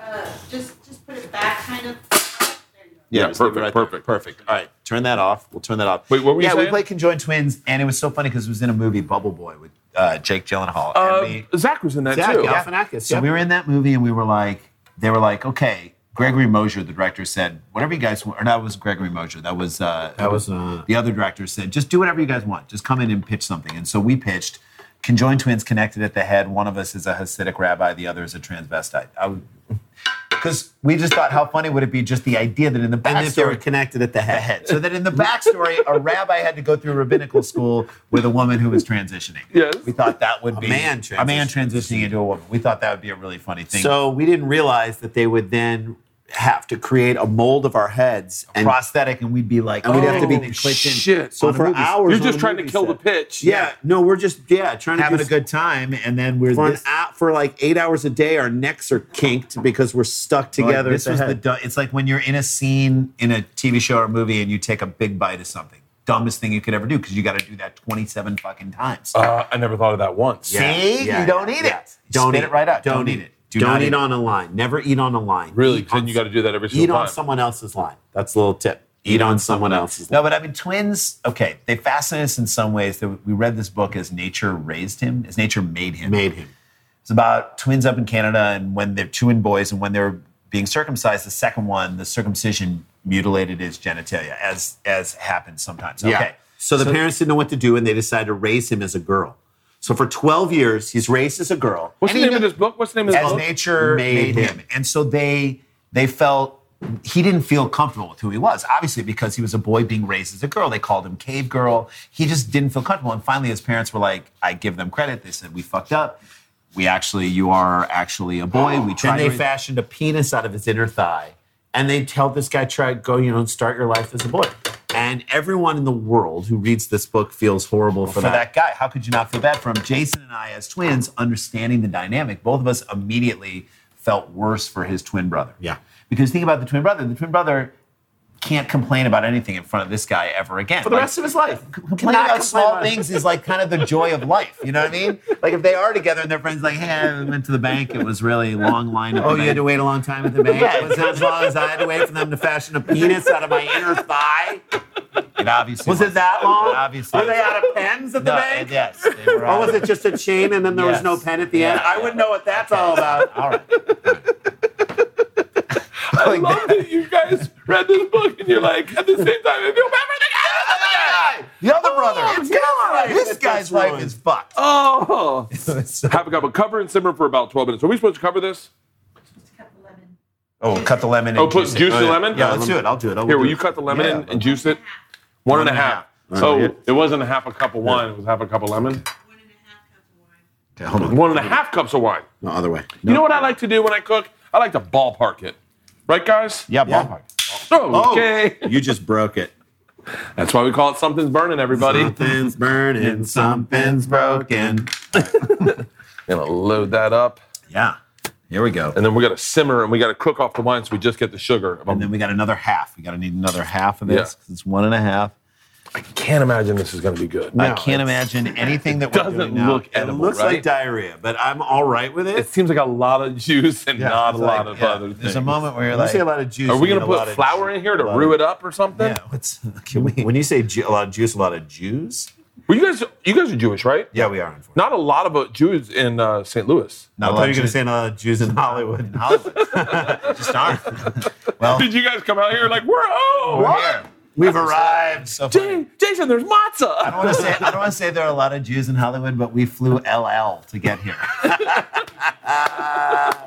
Uh, just, just put it back, kind of. There you go.
Yeah,
Yeah,
just
perfect,
leave it right there.
perfect.
perfect. All right, turn that off. We'll turn that off.
Wait, what were you
yeah, we
saying?
played conjoined twins, and it was so funny because it was in a movie, Bubble Boy, with uh, Jake Gyllenhaal.
Uh,
and we,
Zach was in that
Zach
too.
yeah.
Galifianakis.
So we were in that movie, and we were like, they were like, okay. Gregory Mosier, the director, said, whatever you guys want. Or that was Gregory Mosier. That was uh,
That was, uh,
the other director said, just do whatever you guys want. Just come in and pitch something. And so we pitched. Conjoined twins connected at the head. One of us is a Hasidic rabbi. The other is a transvestite. I would, because we just thought how funny would it be just the idea that in the backstory
and if they were connected at the head.
head. So that in the backstory, a rabbi had to go through rabbinical school with a woman who was transitioning.
Yes.
We thought that would be
man
a man transitioning into a woman. We thought that would be a really funny thing.
So we didn't realize that they would then have to create a mold of our heads and
prosthetic, and we'd be like,
and we'd have to be
"Oh,
clicked in.
shit.
So
On a
for
movie set.
hours,
You're
on
just
a
trying to
movie
kill the
set.
pitch.
Yeah, no, we're just yeah trying
having
to
a
do
good time, and then we're
for an
this,
hour, for like eight hours a day. Our necks are kinked because we're stuck
like,
together.
this
at
was
the
the
head.
du- it's like when you're in a scene in a TV show or movie, and you take a big bite of something. Dumbest thing you could ever do because you got to do that 27 fucking times.
Uh, I never thought of that once.
Yeah,
See?
yeah,
you don't
yeah,
eat
yeah.
it. Don't eat it right out. Don't, eat it. Do
don't
not
eat
it.
on a line. Never eat on a line.
Really?
Eat on,
Then you got to do that every single
eat
time.
on someone else's line. That's a little tip. Eat on someone else's line.
No, but I mean, twins, okay, they fascinate us in some ways. That We read this book as nature raised him, as nature made him.
Made him.
It's about twins up in Canada and when they're twin boys and when they're being circumcised, the second one, the circumcision mutilated his genitalia, as as happens sometimes. Okay.
So the parents didn't know what to do, and they decided to raise him as a girl. So for 12 years, he's raised as a girl.
What's
And
the
you
name of
know-
this book? What's the name of this
As
book?
nature made,
Made
him.
him.
And so they they felt he didn't feel comfortable with who he was, obviously, because he was a boy being raised as a girl. They called him cave girl. He just didn't feel comfortable. And finally, his parents were like, I give them credit. They said, We fucked up. We actually, you are actually a boy. We tried
And they
to raise-
fashioned a penis out of his inner thigh. And they tell this guy, try go, you know, and start your life as a boy. And everyone in the world who reads this book feels horrible for,
for that guy. How could you not feel bad for him? Jason and I, as twins, understanding the dynamic, both of us immediately felt worse for his twin brother.
Yeah.
Because think about the twin brother. The twin brother can't complain about anything in front of this guy ever again.
For the rest of his life.
complain
Cannot
about
complain
small
about it.
things is like kind of the joy of life. You know what I mean? Like if they are together and their friends like, hey, I went to the bank. It was really long line. At the
Oh, you had to
bank."
wait a long time at the bank. It was not as long as I had to wait for them to fashion a penis out of my inner thigh.
It obviously
Was it that long?
Obviously.
Were they out of pens at the
No,
bank?
yes. They were
Or was it just a chain and then there
Yes.
was no pen at the
Yeah,
end? I
yeah.
wouldn't know what that's all about.
All right.
I love that you guys read this book and you're like, at the same time, I feel bad for the guy. I love the guy.
The other brother.
it's your life
This
that
guy's
that's
life
ruined.
is fucked.
Oh. Have a cup of cover and simmer for about 12 minutes. Are we supposed to cover this?
Just cut the lemon.
Oh, cut the lemon.
Oh,
and
put
it.
juice the lemon?
Yeah, let's do it. I'll do it. I'll
Here, will
do
you
it.
cut the lemon
Yeah.
in and juice it? One and a half. So it wasn't a half a cup of wine, it was half a cup of lemon.
One and a half cups of wine.
One and a half cups of wine.
No other way.
You know what I like to do when I cook? I like to ballpark it. Right, guys?
Yeah, ballpark.
Okay.
You just broke it.
That's why we call it Something's Burning, everybody.
Something's burning, something's broken.
Gonna load that up.
Yeah. Here we go.
And then we're gonna simmer and we gotta cook off the wine so we just get the sugar.
And then we got another half. We got to need another half of
Yeah.
this 'cause it's one and a half.
I can't imagine this is gonna be good.
I can't imagine anything that we're
doesn't
doing now.
look
It
edible,
looks
Looks
right?
like diarrhea, but I'm all right with
It
it.
seems like a lot of juice and
yeah,
not a
it's
lot
like-
of
yeah.
other
There's
things.
a moment where you're
When you
like,
say a lot of juice.
Are we
you
gonna
need a lot
put
of
flour
ju-
in here to
a lot
roux
of-
it up or something?
yeah, what's, can we?
When you say ju- a lot of juice, a lot of Jews?
Well, you guys, you guys are Jewish, right?
Yeah, we are. Unfortunately.
Not a lot of uh, Jews in uh, St. Louis.
Not a
I
lot
thought you were going to
of juice
say a lot of Jews in
in
Hollywood.
Hollywood. Just aren't. Well,
Did you guys come out here like we're oh
we're here.
We've arrived.
So funny.
Jay, Jason? There's matzah.
I don't want to say I don't want to say there are a lot of Jews in Hollywood, but we flew LL to get here.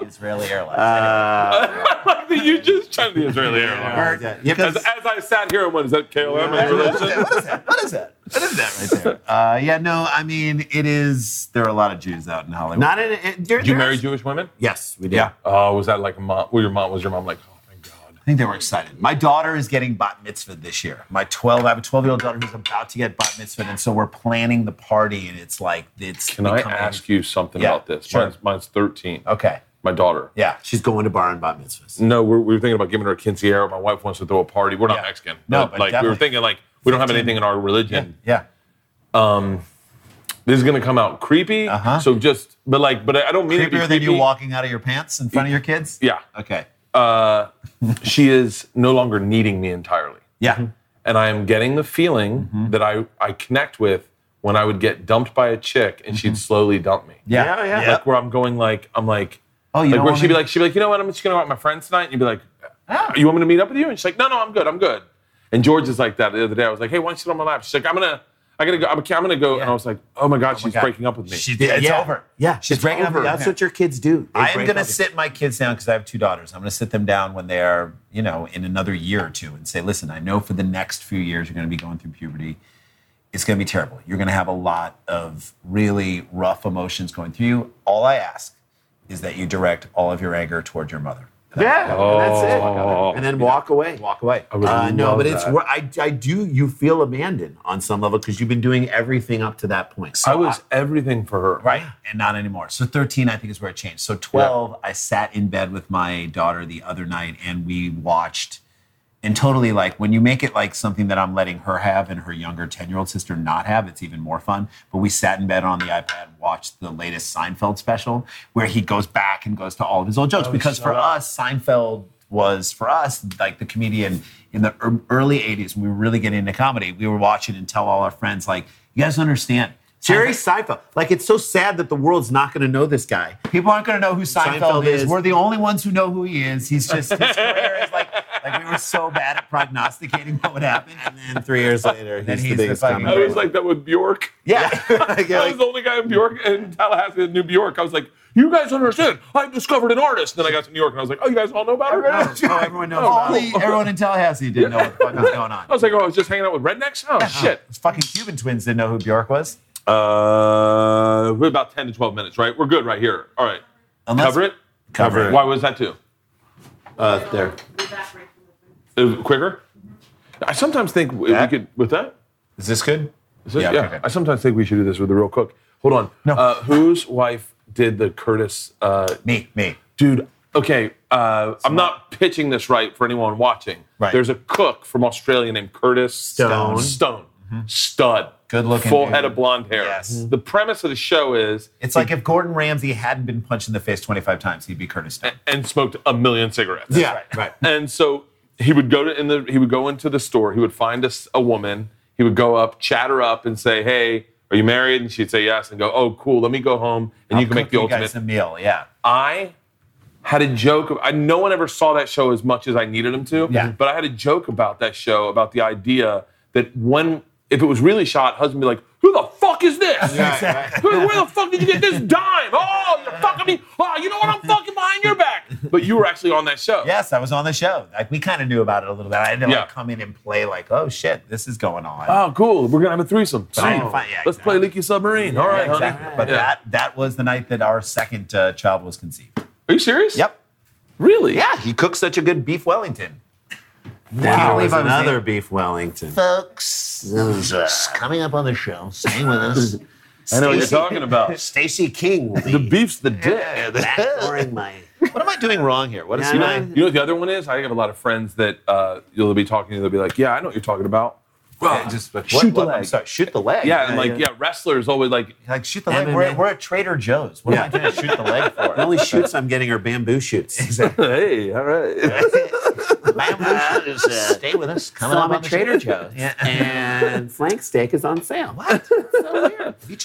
Israeli Airlines.
like that you just turned the Israeli airline.
Anyway,
As,
because-
as I sat here and went, is that KLM in relation?
what is that? What is that? What is that right there? Uh, yeah, no, I mean it is. There are a lot of Jews out in Hollywood.
Not in. It, there,
Did you
there's-
marry Jewish women?
Yes, we did.
Uh,
Yeah.
Oh, was that like a mom? Well, your mom was your mom like, oh my god.
I think they were excited. My daughter is getting bat mitzvah this year. My 12, I have a 12 year old daughter who's about to get bat mitzvah, and so we're planning the party, and it's like it's.
Can I ask you something
Yeah,
about this?
sure.
Mine's, mine's 13.
Okay.
My daughter.
Yeah.
She's going to bar and bat mitzvahs.
No, we're, we were thinking about giving her a quinceañera. My wife wants to throw a party. We're not
Yeah.
Mexican.
No,
but like
but
we were
definitely.
thinking, like we don't have anything in our
Yeah.
religion.
Yeah.
This is gonna come out creepy.
Uh-huh.
So just, but like, but I don't mean it to be
Creepier than you
creepy.
walking out of your pants in front of your kids?
Yeah.
Okay.
Uh, she is no longer needing me entirely,
Yeah.
and I am getting the feeling
Mm-hmm.
that I I connect with when I would get dumped by a chick and she'd slowly dump me.
Mm-hmm. Yeah.
yeah.
Like where I'm going, like I'm like.
Oh, you
like
know
where she'd be like, she'd be like, you know what? I'm just gonna go out with my friends tonight. And you'd be like, "Uh, you want me to meet up with you? And she's like, no, no, I'm good, I'm good. And George is like that the other day. I was like, hey, why don't you sit on my lap? She's like, I'm gonna, I gotta go, I'm, I'm gonna go. And I was like, oh my god, she's
God.
breaking up with me.
She's, it's
Yeah.
over.
Yeah,
She's
it's
breaking
over.
up.
That's what your kids do. They
I am
break
going to
up.
sit my kids down because I have two daughters. I'm going to sit them down when they are, you know, in another year or two and say, listen, I know for the next few years you're going to be going through puberty. It's going to be terrible. You're going to have a lot of really rough emotions going through you. All I ask is that you direct all of your anger toward your mother.
Yeah,
Oh.
that's it. And then walk away.
Walk away.
would
Uh, no,
love
but it's
that.
wor- I, I do you feel abandoned on some level because you've been doing everything up to that point.
I was everything for her.
Right. And not anymore. So 13, I think, is where it changed. So 12, I sat in bed with my daughter the other night and we watched. And totally, like when you make it like something that I'm letting her have and her younger 10 year old sister not have, it's even more fun. But we sat in bed on the iPad, watched the latest Seinfeld special where he goes back and goes to all of his old jokes. because for us, Seinfeld was for us, like the comedian in the ear- early 80s, when we were really getting into comedy, we were watching and tell all our friends, like, you guys don't understand.
Jerry Seinfeld. Like it's so sad that the world's not going to know this guy.
People aren't going to know who Seinfeld,
Seinfeld
is.
is.
We're the only ones who know who he is. He's just his career is like like we were so bad at prognosticating what would happen. And
And three years later, he's,
then
the
he's the
biggest
fucking-
I
comic.
was like that with Bjork.
yeah,
Like,
I was the only guy in Bjork in Tallahassee, in New York. I was like, you guys don't understand. I discovered an artist. And then I got to New York and I was like, oh, you guys all know about her?
Everyone-
I
oh, everyone knows. about
only
it.
everyone in Tallahassee didn't know what the fuck was going on.
was like, oh, I was just hanging out with rednecks? Oh, shit.
Those fucking Cuban twins didn't know who Bjork was.
Uh, we're about 10 to 12 minutes, right? We're good right here. All right.
Unless-
cover it?
Cover it.
Why was that too?
Uh, there.
Evaporate from the food.
Uh, quicker? I sometimes think we- we
That?
could, with that?
Is this good?
Is it?
Yeah,
Yeah.
okay.
I sometimes think we should do this with the real cook. Hold on. No. Uh, whose wife did the Curtis uh,
Me, me.
dude okay uh, i'm not pitching this right for anyone watching
Right.
there's a cook from australia named curtis
Stone.
stone stud
Mm-hmm. Good looking
full
dude.
head of blonde hair Mm-hmm.
Yes. Mhm.
the premise of the show is
It's like if Gordon Ramsay hadn't been punched in the face 25 times, he'd be Curtis Stone.
and smoked a million cigarettes
Yeah, right.
and so he would go to in the he would go into the store he would find a, s- a woman he would go up chat her up and say hey are you married and she'd say yes and go oh cool let me go home and you can make the
Cook
ultimate
you
Uh,
guys a meal, yeah.
I had a joke. I, no one ever saw that show as much as I needed them to.
Yeah.
But I had a joke about that show, about the idea that when, if it was really shot, husband would be like, who the fuck is this? Who- Where the fuck did you get this dime? Oh, you're fucking me. Oh, you know what? I'm fucking behind your back. But you were actually on that show.
Yes, I was on the show. Like we kind of knew about it a little bit. I had to
Yeah.
like, come in and play like, oh shit, this is going on.
Oh, cool. We're gonna have a threesome.
Fine,
Sweet.
fine, yeah,
Let's play Leaky Submarine. All right,
Yeah,
honey.
exactly. But
Yeah.
that that was the night that our second uh, child was conceived.
Are you serious?
Yep.
Really?
Yeah, he cooked such a good beef Wellington.
Wow,
believe
was
I was
another
in-
beef Wellington.
Folks, this is coming up on the show. Stay with us.
I know what you're talking about.
Stacy King will
The
be
beef's the dick.
backdooring my.
What am I doing wrong here? What
Yeah,
he
I
doing?
know.
You know what the other one is? I have a lot of friends that uh, you'll be talking to. They'll be like, "Yeah, I know what you're talking about."
Yeah, just like, what- what- I'm sorry, shoot the leg.
Yeah, and like, yeah. wrestlers always like,
Like shoot the leg. We're, at-
MMA.
we're at Trader Joe's. What am I doing? to Shoot the leg for?
The only shoots I'm getting are bamboo shoots.
"Hey, all right."
Bamboo is, uh, stay with us. Coming up
I'm
on
at
the
Trader
show.
Joe's, and flank steak is on sale. What?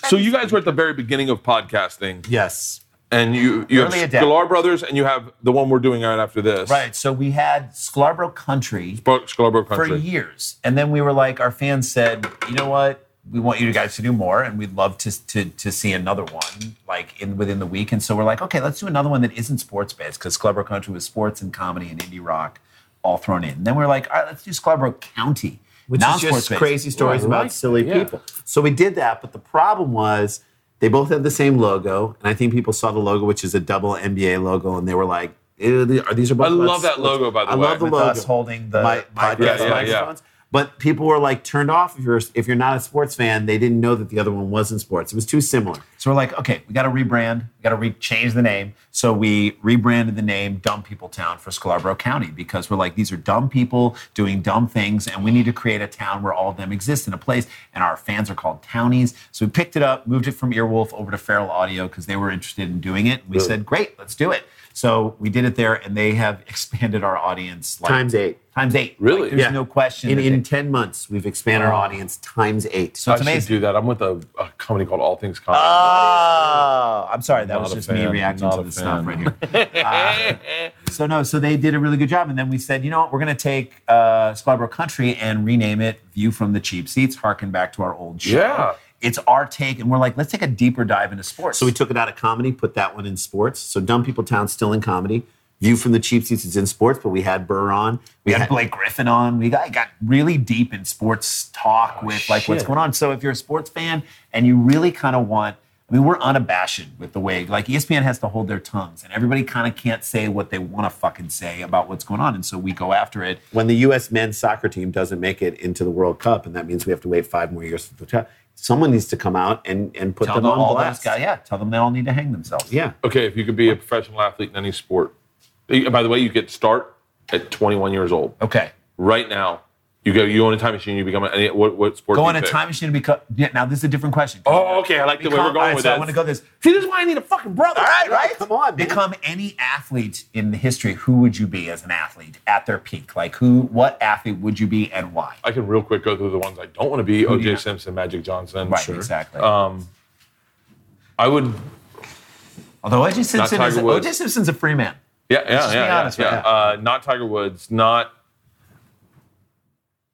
so you guys were at the very beginning of podcasting,
Yes.
and you you
Early
have
adapt.
Sklar Brothers, and you have the one we're doing right after this,
Right. So we had Scarborough Country
Bro- Sklar Bro
for
Country.
years, and then we were like, our fans said, you know what? We want you guys to do more, and we'd love to to, to see another one like in within the week. And so we're like, okay, let's do another one that isn't sports based because Clubber Country was sports and comedy and indie rock all thrown in. And then we're like, all right, let's do Clubber County,
which is just
non-sports-based.
crazy stories
Right.
about silly
Yeah.
people. So we did that, but the problem was they both had the same logo, and I think people saw the logo, which is a double NBA logo, and they were like, uh, the- are these are both
I love
let's-
that logo, by the
I
way.
love the
With
logo.
us holding the
my, podcast
Yeah, yeah, yeah.
microphones. But people were like turned off if you're if you're not a sports fan. They didn't know that the other one wasn't sports. It was too similar.
So we're like, okay, we got to rebrand. We got to re- change the name. So we rebranded the name Dumb People Town for Scarborough County because we're like, these are dumb people doing dumb things, and we need to create a town where all of them exist in a place. And our fans are called townies. So we picked it up, moved it from Earwolf over to Feral Audio because they were interested in doing it. We said, great, let's do it. So we did it there, and they have expanded our audience like,
Times eight.
Times eight.
Really?
Like, there's
Yeah.
no question.
In,
that
in
they-
ten months, we've expanded our audience times eight.
so it's
I should
amazing. Uh.
do that. I'm with a, a company called All Things Comedy.
Oh, I'm sorry. That
Not
was
a
just me
fan,
reacting
not
to
a
the
fan.
stuff right here. Uh, so no, so they did a really good job, and then we said, you know what, we're going to take uh, Scarborough Country and rename it View from the Cheap Seats, harken back to our old show.
Yeah.
It's our take, and we're like, let's take a deeper dive into sports.
So we took it out of comedy, put that one in sports. So Dumb People Town still in comedy. View from the cheap seats is in sports, but we had Burr on.
We had Blake Griffin on. We got, got really deep in sports talk
Oh,
with like what's going on. So if you're a sports fan and you really kind of want, I mean, we're unabashed with the way like E ESPN has to hold their tongues, and everybody kind of can't say what they want to fucking say about what's going on, and so we go after it.
when the U.S. men's soccer team doesn't make it into the World Cup, and that means we have to wait five more years for the Cup. Someone needs to come out and and put
Tell
them,
them
on
all
blast.
those guys, yeah. Tell them they all need to hang themselves.
yeah.
Okay, if you could be a professional athlete in any sport, eh, by the way, you get to start at 21 years old.
Okay.
Right now, you go. You own a time machine. You become a, any, what, what sport?
Go
do
on
you
a
pick?
time machine to become. Yeah, now this is a different question.
Oh, okay. I like the way we're
Become-
going
all right,
with
so
that.
I want to go this.
See, this is why I need a fucking brother.
All right, right?
Come on, man.
Become any athlete in the history. Who would you be as an athlete at their peak? Like who? What athlete would you be and why?
I can real quick go through the ones I don't want to be: OJ
you know?
Simpson, Magic Johnson.
Right, exactly.
Um, I would.
Although OJ Simpson,
Tiger
is,
Woods.
OJ Simpson's a free man.
Yeah, yeah,
Just be
yeah, yeah,
honest,
yeah.
right?
Uh, not Tiger Woods. Not.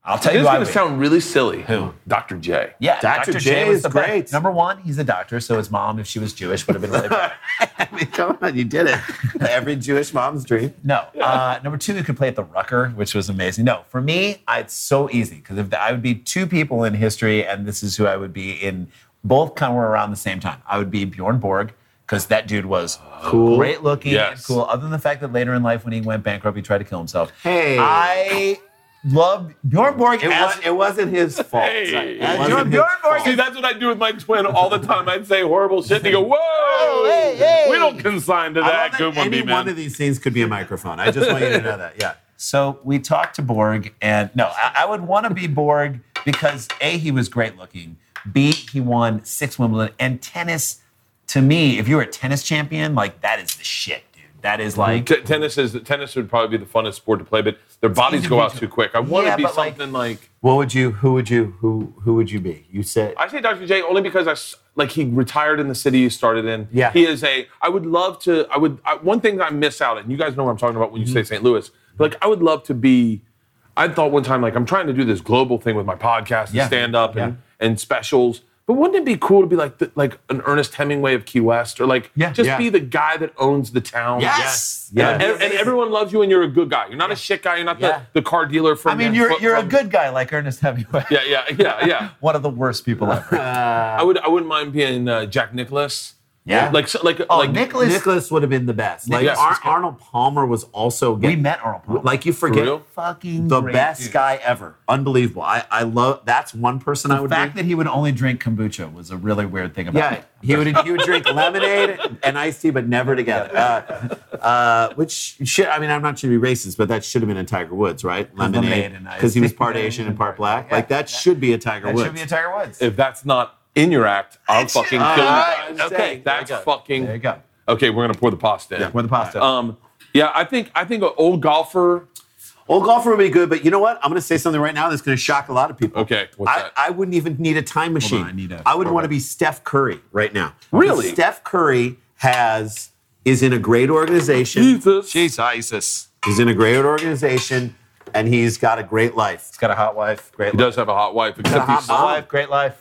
I'll tell
This
you
is
why.
going to sound really silly. Who? Dr. J.
yeah,
Dr.
Dr.
J
J was
is
the best.
great.
Number one, he's a doctor, so his mom, if she was Jewish, would have been really bad.
I mean, come on, you did it. Every Jewish mom's dream.
No. Uh, number two, you could play at the Rucker, which was amazing. No, for me, I, it's so easy because if I would be two people in history, and this is who I would be in, both kind of were around the same time. I would be Bjorn Borg because that dude was cool, great looking, and
Yes.
cool. Other than the fact that later in life, when he went bankrupt, he tried to kill himself.
Hey.
I love Bjorn Borg.
It,
as,
was, it wasn't his fault.
Hey.
It wasn't
Bjorn,
his
Bjorn
fault.
Borg.
See, that's what I do with my twin all the time. I'd say horrible shit, and he go, "Whoa,
hey, hey."
we don't consign to
I love
that."
that
Good one,
any
B
one of
man.
these things could be a microphone. I just want you to know that. Yeah.
So we talked to Borg, and no, I, I would want to be Borg because A, he was great looking. B, he won six Wimbledon. And tennis, to me, if you're a tennis champion, like that is the shit, dude. That is like,
T- tennis is tennis would probably be the funnest sport to play, but their bodies
easy
go
to
out
do.
too quick. I want
Yeah,
to be
but, like-
something like,
What would you? Who would you? Who? Who would you be? You said.
I say Dr. J only because I s- like he retired in the city he started in.
Yeah.
he is a. I would love to. I would. I, one thing that I miss out, and you guys know what I'm talking about when
Mm-hmm.
you say St. Louis. Like I would love to be. I thought one time like I'm trying to do this global thing with my podcast and
Yeah.
stand up and, and specials. But wouldn't it be cool to be like the, like an Ernest Hemingway of Key West or like
Yeah.
just
Yeah.
be the guy that owns the town?
yes.
Yeah.
And, and everyone loves you and you're a good guy. You're not a shit guy. You're not
Yeah.
the, the car dealer from.
I mean, you're,
from-
you're a
from-
good guy like Ernest Hemingway.
Yeah, yeah, yeah, yeah.
One of the worst people ever.
I would. I wouldn't mind being uh, Jack Nicholas.
Yeah.
Like so- like
Oh,
like.
Nicholas,
Nicholas would have been the best. Like
Nicholas
Ar-
was good.
Arnold Palmer was also.
we
Getting,
met Earl Palmer.
Like you
for
forget
real?
fucking
the
great
best
dude.
guy ever. Unbelievable. I, I love. That's one person I
The
would.
fact
be.
that he would only drink kombucha was a really weird thing about
yeah,
it.
he would he would drink lemonade and iced tea, but never together. Uh, uh, which should I mean I'm not trying to be racist, but that should have been a Tiger Woods, right?
lemonade and iced
because he was
tea.
part Asian and part black.
Yeah.
Like that should be a Tiger
That
Woods.
should be a Tiger Woods.
if that's not in your act, I'll fucking kill
all
you.
right, I'm
guys.
saying,
Okay, that's
there you go.
fucking.
there you go.
Okay, we're gonna pour the pasta. in.
With the pasta.
Uh,
Um, yeah, I think I think an old golfer.
Old golfer would be good, but you know what? I'm going to say something right now that's going to shock a lot of people.
Okay, what's
I,
that?
I wouldn't even need a time machine.
I need a-
I would want to be Steph Curry right now.
Really?
Steph Curry has is in a great organization.
Jesus.
He's in a great organization, and he's got a great life.
Got a hot wife. Great
He does have a hot wife, except
hot
he's
mom.
life, great life.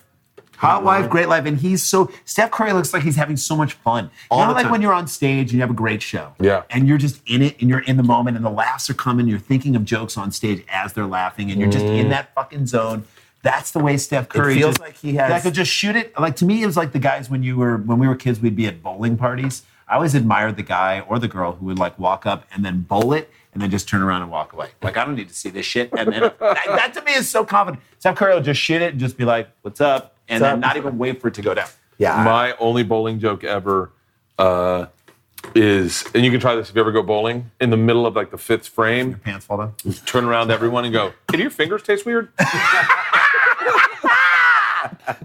Hot wife,
Great life. And he's so Steph Curry looks like he's having so much fun. All you know,
the
like
time.
when you're on stage and you have a great show.
Yeah.
And you're just in it and you're in the moment and the laughs are coming. You're thinking of jokes on stage as they're laughing, and you're just in that fucking zone. That's the way Steph Curry
Mm. feels
just-
like he has-
I could just shoot it. Like to me, it was like the guys when you were when we were kids, we'd be at bowling parties. I always admired the guy or the girl who would like walk up and then bowl it and then just turn around and walk away. Like I don't need to see this shit. And then that, that to me is so confident. Steph Curry will just shoot it and just be like, "What's up?" and
What's
then
up?
not even wait for it to go down.
Yeah.
My only bowling joke ever uh, is, and you can try this if you ever go bowling, in the middle of like the fifth frame,
Pants fall down.
turn around to everyone and go, Can your fingers taste weird?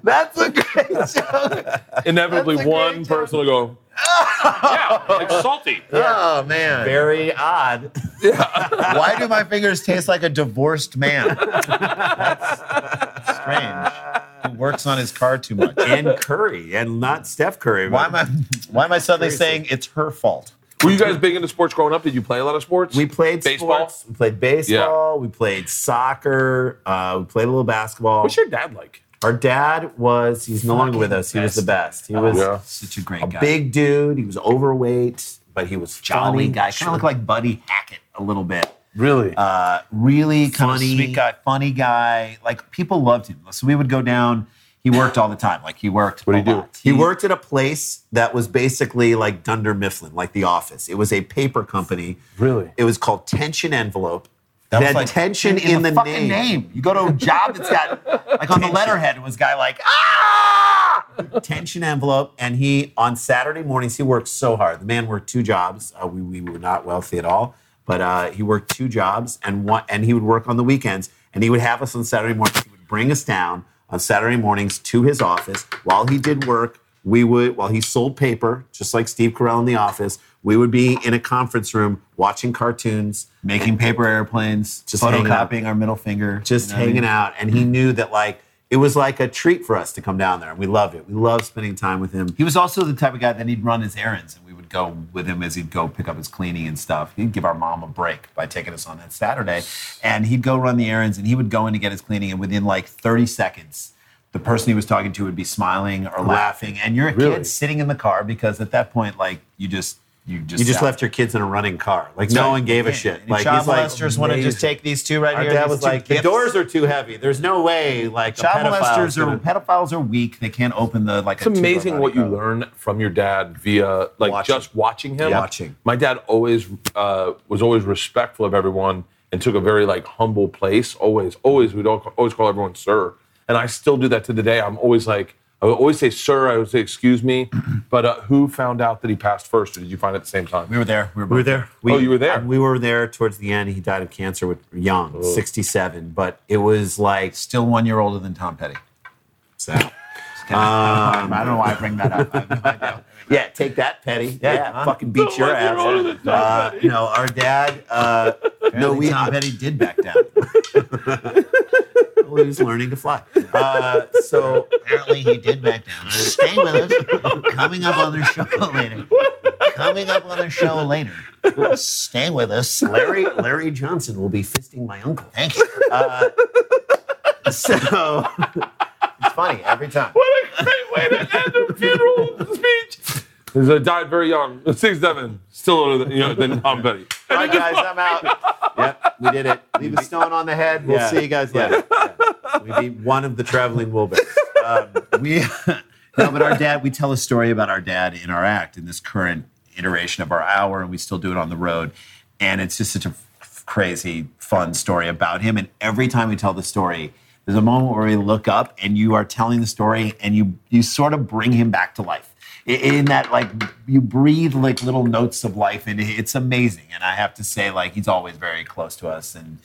That's a great joke.
Inevitably,
That's a
one
great
person will go, Yeah, like salty.
Oh man.
Very odd.
Why do my fingers taste like a divorced man? That's strange. Who works on his car too much?
And Curry, and not Steph Curry.
Why am I? Why am I suddenly saying it's her fault?
Were you guys big into sports growing up? Did you play a lot of sports?
We played
Baseball?
Sports. We played baseball. We played soccer. Uh, we played a little basketball.
What's your dad like?
Our dad was, he's no longer with us. He was the best. He was
Yeah.
Such a great
a big dude. He was overweight, but he was
jolly
funny.
guy. Kind of looked like Buddy Hackett a little bit.
Really?
Uh, really kind of
Funny.
sweet guy, funny guy. Like people loved him. So we would go down. He worked all the time. Like he worked. What
did he do?
he worked at a place that was basically like Dunder Mifflin, like The Office. It was a paper company.
Really?
It was called Tension Envelope.
That
That
was like
tension in, the,
fucking name. You go to a job that's got like on the letterhead was guy like ah.
tension envelope and he on saturday mornings he worked so hard the man worked two jobs uh, we, we were not wealthy at all but uh, he worked two jobs and one and he would work on the weekends and he would have us on saturday mornings he would bring us down on saturday mornings to his office while he did work we would while he sold paper just like steve carell in the office we would be in a conference room watching cartoons
Making paper airplanes,
Just hanging out.
photocopying our middle finger,
just hanging out and he knew that like it was like a treat for us to come down there and we loved it we loved spending time with him
He was also the type of guy that he'd run his errands, and we would go with him as he'd go pick up his cleaning and stuff. He'd give our mom a break by taking us on that Saturday, and he'd go run the errands, and he would go in to get his cleaning, and within like 30 seconds, the person he was talking to would be smiling or laughing, and you're a kid sitting in the car because at that point, like you just you just
You just
sat-
left your kids in a running car. Like no one gave a shit.
And
Like
child
he's like,
molesters want to just
amazing.
take these two right
Our
here.
dad
these
was
two
like, the
gifts."
doors are too heavy. There's no way. Like a
Child
pedophile's
molesters or
gonna-
pedophiles are weak. They can't open the like.
It's amazing what you learn from your dad via like
Watching.
just watching him.
Yeah. Watching.
My dad always uh, was always respectful of everyone and took a very like humble place. Always, always we'd all, always call everyone sir, and I still do that to the day. I'm always like I would always say sir. I would say excuse me. but uh, who found out that he passed first, or did you find it at the same time?
We were there. We were,
We were there. We,
Oh, you were there. Oh.
We were there towards the end. He died of cancer with young, 67. But it was like,
still one year older than Tom Petty.
so. um,
I don't know why I bring that up. I have no idea.
yeah, take that, Petty. Yeah,
Yeah, huh?
fucking beat your ass. Uh, no, our dad. Uh, no,
Apparently
we
Tom Petty did back down.
he was learning to fly. Uh, so
Apparently, he did back down. Stay with us. Coming up on the show later. Coming up on the show later. Stay with us.
Larry Larry Johnson will be fisting my uncle.
Thank you.
so
It's funny every time.
What a great way to end a funeral speech. Because I died very young, six seven, still older than you know than Tom Petty.
All right, guys, I'm out. yep, we did it.
Leave a stone on the head. We'll
Yeah.
see you guys
Yeah.
later.
We beat one of the traveling Wilburys.
Um, We no, but our dad. We tell a story about our dad in our act in this current iteration of our hour, and we still do it on the road. And it's just such a f- crazy, fun story about him. And every time we tell the story, there's a moment where we look up and you are telling the story, and you you sort of bring him back to life. I- In that, like you breathe like little notes of life, and it's amazing. And I have to say, like he's always very close to us, and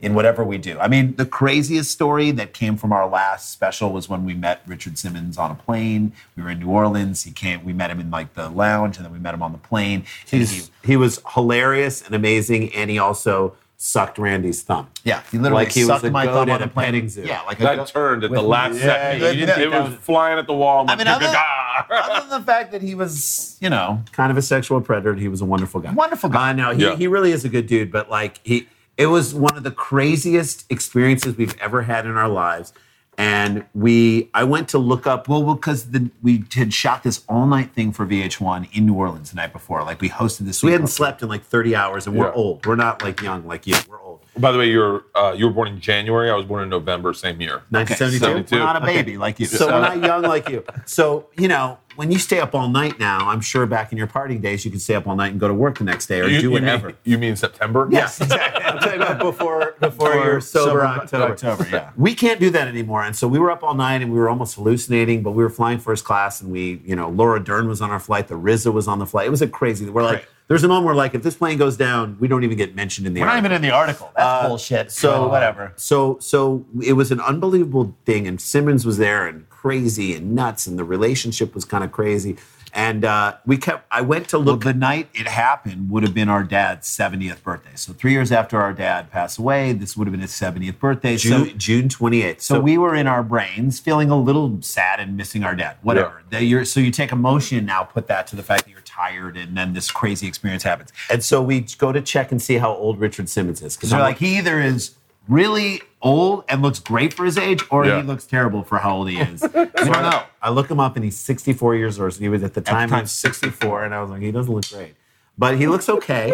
in whatever we do. I mean, the craziest story that came from our last special was when we met Richard Simmons on a plane. We were in New Orleans. He came. We met him in like the lounge, and then we met him on the plane. And he-
He's, he was hilarious and amazing, and he also sucked Randy's thumb.
yeah, he literally
Like he was
sucked
a
my
goat
thumb
at
on
a
the plane.
petting zoo.
Yeah, like a
That
goat.
turned at the last second.
yeah,
You didn't-
yeah.
it was flying at the wall.
I mean, other,
"Gah."
other than the fact that he was, you know,
Kind of a sexual predator. He was a wonderful guy.
Wonderful guy.
Uh, no, he,
Yeah.
he really is a good dude, but like he, it was one of the craziest experiences we've ever had in our lives. And we, I went to look up.
Well, well, because we had shot this all night thing for VH1 in New Orleans the night before. Like we hosted this.
We hadn't slept in like 30 hours, and we're
Yeah.
old. We're not like young like you. We're old.
By the way, you're uh, you were born in January. I was born in November, same year.
1972.
72.
We're not a
Okay.
baby like you. So we're not young like you. So, you know, when you stay up all night now, I'm sure back in your partying days, you could stay up all night and go to work the next day or
You,
do
you
whatever.
mean, you mean September?
Yes, exactly. I'm talking about before before your sober, October.
yeah.
We can't do that anymore, and so we were up all night and we were almost hallucinating. But we were flying first class, and we, you know, Laura Dern was on our flight, the RZA was on the flight. It was a crazy. We're like, there's a moment where like, if this plane goes down, we don't even get mentioned in the.
We're not
article.
even in the article. That's bullshit.
Uh, So
So Oh, whatever.
So so it was an unbelievable thing, and Simmons was there and crazy and nuts, and the relationship was kind of crazy. And uh, we kept. I went to
Well,
look.
the night it happened would have been our dad's 70th birthday. So three years after our dad passed away, this would have been his 70th birthday. So-
June, June 28th.
So, we were in our brains feeling a little sad and missing our dad, whatever. That you're, so you take emotion and now, put that to the fact that you're tired, and then this crazy experience happens.
And so we go to check and see how old Richard Simmons is. Because
So they're like, he either is really old and looks great for his age, or
Yeah.
he looks terrible for how old he is. we don't know.
I look him up and he's 64 years old. So he was at the time, he
time,
was 64, and I was like, he doesn't look great. But he looks okay.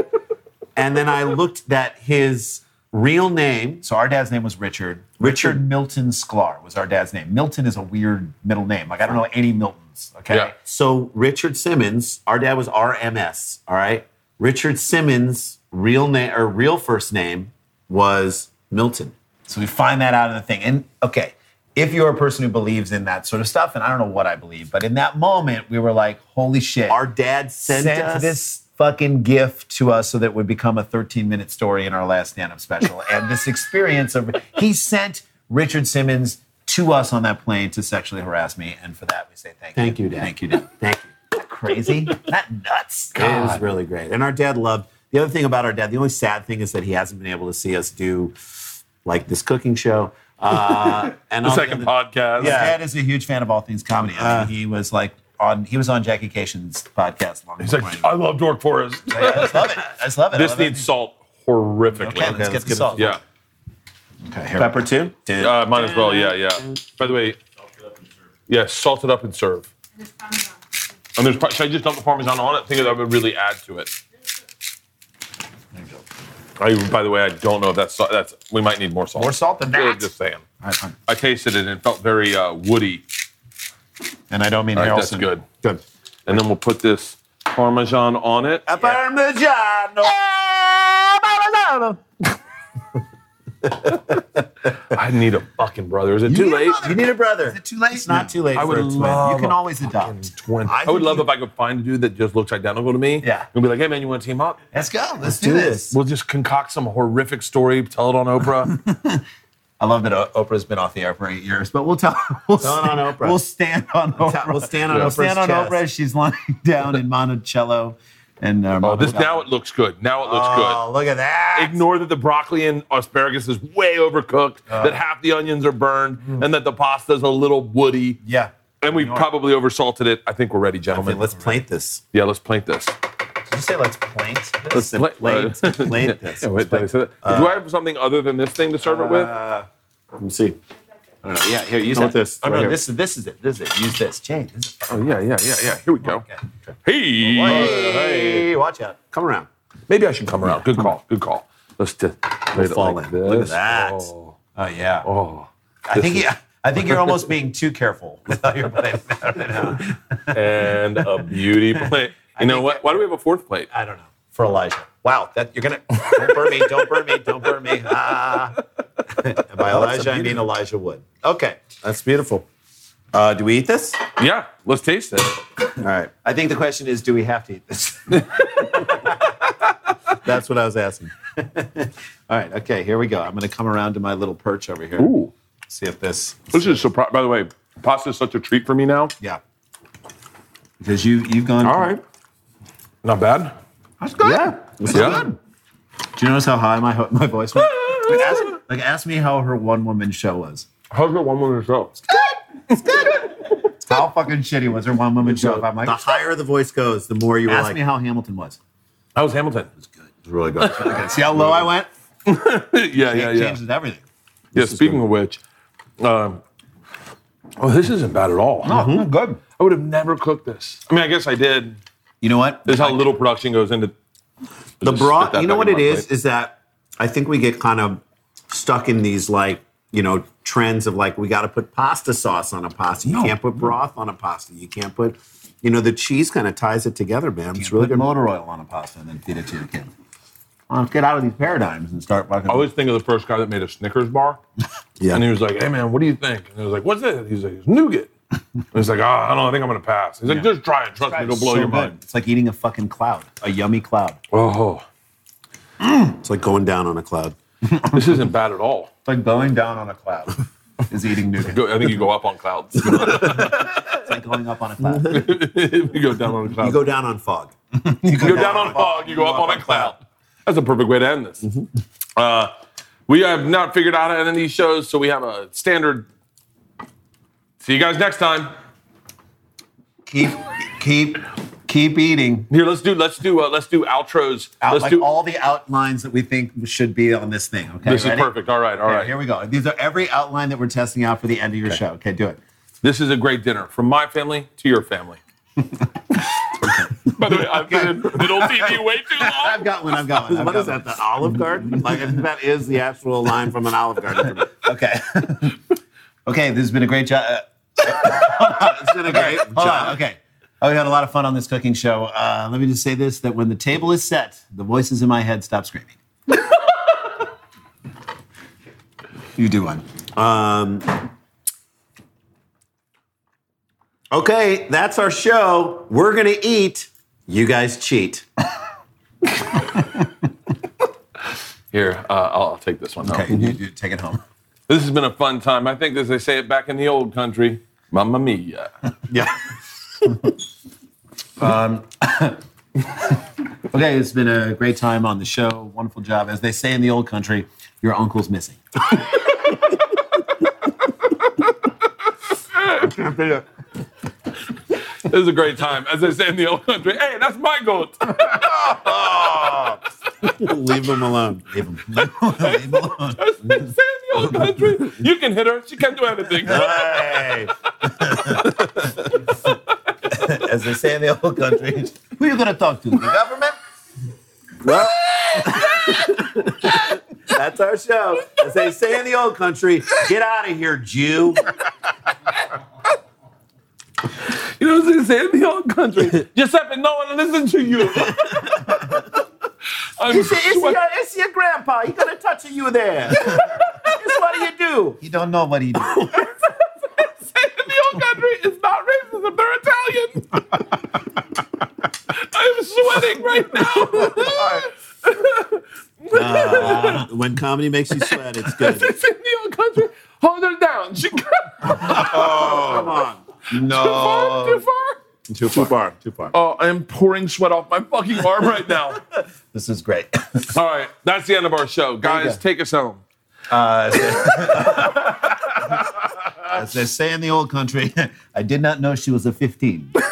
and then I looked that his real name,
So our dad's name was Richard.
Richard.
Richard Milton Sklar was our dad's name. Milton is a weird middle name. Like I don't know any Miltons. Okay.
Yeah.
so Richard Simmons, our dad was RMS, all right? Richard Simmons' real name or real first name was Milton.
So we find that out of the thing. And okay, if you're a person who believes in that sort of stuff, and I don't know what I believe, but in that moment we were like, holy shit.
Our dad sent, us
this fucking gift to us so that it would become a 13 minute story in our last stand-up special. and this experience of he sent Richard Simmons to us on that plane to sexually harass me. And for that we say thank,
Thank
you.
you, Dad.
Thank you, Dad.
Thank you.
Crazy? that nuts.
It
God.
was really great. And our dad loved the other thing about our dad. The only sad thing is that he hasn't been able to see us do like this cooking show. Uh, and
The
all
second
other-
podcast.
His dad is a huge fan of all things comedy. I
Uh.
mean, he was like on he was on Jackie Cation's podcast long
He's
before
like,
I
I love Dork Forest.
knew. I just love it. I just love it. I
this
love it.
needs salt horrifically.
Okay, let's get the salt.
Yeah.
Okay, here.
pepper too.
Uh, might as well. Yeah, yeah. By the way, yeah, salt it up and serve.
And it's Parmesan.
And there's, par- should I just dump the parmesan on it? I think that would really add to it. I, by the way, I don't know if that's salt. That's we might need more salt.
More salt than
Yeah,
that.
Just saying.
All right, fine.
I tasted it and it felt very uh, woody.
And I don't mean
All right, that's
Harrelson.
good.
Good.
And then we'll put this parmesan on it. I need a fucking brother. Is it too late?
You need a brother.
Is it too late?
It's not too late
I
for
would
a twin.
love
You can always adopt.
I, would love if I could find a dude that just looks identical to me.
Yeah.
And be like, hey man, you want to team up?
Let's go. Let's,
do this.
We'll just concoct some horrific story, tell it on Oprah.
I love that O- Oprah's been off the air for eight years, but we'll tell. We'll
Tell it on Oprah.
We'll stand on Oprah.
We'll stand on
We'll
Oprah's
stand on
chest.
Oprah. She's lying down in Monticello, and uh,
oh, this now it looks good. Now it looks good.
Oh, look at that.
ignore that the broccoli and asparagus is way overcooked,
Uh.
that half the onions are burned,
Mm.
and that the pasta is a little woody.
Yeah.
And we probably oversalted it. I think we're ready,
I mean,
gentlemen.
let's plate this.
yeah, let's plate this.
Did you say let's plaint? This?
Let's plate,
plate- plate Uh, this.
Yeah, wait, did I say that? Do I have something other than this thing to serve it with?
Let me see. I don't know. Yeah, here, use
that.
want this.
Oh,
Right
no,
here.
this is this is it. This is it. Use this, Jay. This is
Oh yeah, yeah, yeah, yeah. Here we go.
okay.
Hey,
Hey, watch out. Come around.
maybe I should come around. Good call. Good call. Let's just plate it
fall
like
in.
this.
Look at that.
Oh,
Oh yeah.
oh.
I think yeah. I think you're almost being too careful with how you're putting it. I don't know.
and a beauty plate. You know what? Why do we have a fourth plate?
I don't know. For Elijah.
Wow, that you're gonna don't burn me, don't burn me, don't burn me. Ah. And by Elijah, I mean Elijah Wood. Okay, that's beautiful. Uh, do we eat this?
Yeah, let's taste it.
All right,
I think the question is, do we have to eat this?
that's what I was asking. All right, okay, here we go. I'm gonna come around to my little perch over here.
Ooh.
See if this.
This is surprise. By the way, pasta is such a treat for me now.
Yeah.
Because you you've gone.
All right, not bad.
Yeah.
Yeah,
Do you notice how high my ho- my voice went? Like ask, like, ask me how her one woman show was.
how's your one woman show?
How fucking shitty was her one woman show? If I'm like,
the higher the voice goes, the more you were
ask
like.
me how Hamilton was.
How was Hamilton?
It's really good.
Okay, see how low I went?
yeah, yeah,
It
yeah.
changes everything.
Yeah. Speaking of which, um, oh, this isn't bad at all.
good.
I would have never cooked this. I mean, I guess I did.
You know what?
This is how little production goes into
the
Just spit
broth.
that
You know
back
what
in
it
my
is?
plate.
Is that I think we get kind of stuck in these like you know trends of like we got to put pasta sauce on a pasta. You can't put broth on a pasta. You can't put you know the cheese kind of ties it together, man. It's really
Put
good.
motor oil on a pasta and then feed it to your kid. Well, get out of these paradigms and start fucking.
I always think of the first guy that made a Snickers bar.
Yeah.
And he was like, hey, man, what do you think? And I was like, what's that? He's like, it's nougat. and he's like, oh, I don't know. I think I'm going to pass. He's like, just try it. Trust me, it'll blow
So
your
good.
mind.
It's like eating a fucking cloud, a yummy cloud.
Oh, Mm.
It's like going down on a cloud.
this isn't bad at all.
It's like going down on a cloud. Is eating nougat.
Go- I think you go up on clouds.
It's like going up on a cloud.
you go down on a cloud.
You
You
go down on fog.
go, down on a fog. You go up on a cloud. That's a perfect way to end this. Uh, we have not figured out how to end these shows, so we have a standard. See you guys next time.
keep, keep, keep eating.
Here, let's do let's do uh, let's do outros.
Out,
let's
like
do.
all the outlines that we think should be on this thing. Okay,
this
ready?
is perfect. All right, all
Okay,
right.
here we go. These are every outline that we're testing out for the end of your show. Okay, do it.
This is a great dinner from my family to your family. By the way, I've been in little TV way too long.
I've got one. I've got one. I've
What
got
is that? The Olive Garden? Like I think that is the actual line from an Olive Garden.
one. Okay. okay, this has been a great job. Uh,
It's been a great
Hold
job.
on. Okay. Oh, we had a lot of fun on this cooking show. Uh, let me just say this: that when the table is set, the voices in my head stop screaming. you do one.
Um, Okay, that's our show. We're gonna eat. You guys cheat.
Here, uh, I'll, I'll take this one.
Okay, you, you take it home.
This has been a fun time. I think, as they say it back in the old country, Mamma Mia.
Yeah.
Okay, it's been a great time on the show. Wonderful job. As they say in the old country, your uncle's missing.
This is a great time, as they say in the old country. Hey, that's my goat.
Leave them alone.
Leave him. Leave him- leave him alone.
As they say in the old country, you can hit her. She can't do anything.
Hey.
As they say in the old country, who are you going to talk to? The government?
Well, that's our show. As they say in the old country, get out of here, Jew.
You know what I'm saying? In the old country. Giuseppe, no one listen to you. I'm
It's your,
sweating.
it's your grandpa. He gonna touch you there. It's what do you do?
You don't know what he did.
saying in the old country is not racism. They're Italian. I'm sweating right now.
when comedy makes you sweat, it's good.
It's in the old country. Hold her down. She Uh,
Come on.
oh. too far.
Too far. Too far. Too far.
Oh, I am pouring sweat off my fucking arm right now.
This is great.
All right, that's the end of our show, guys. Take us home.
As they say in the old country, I did not know she was a 15.
This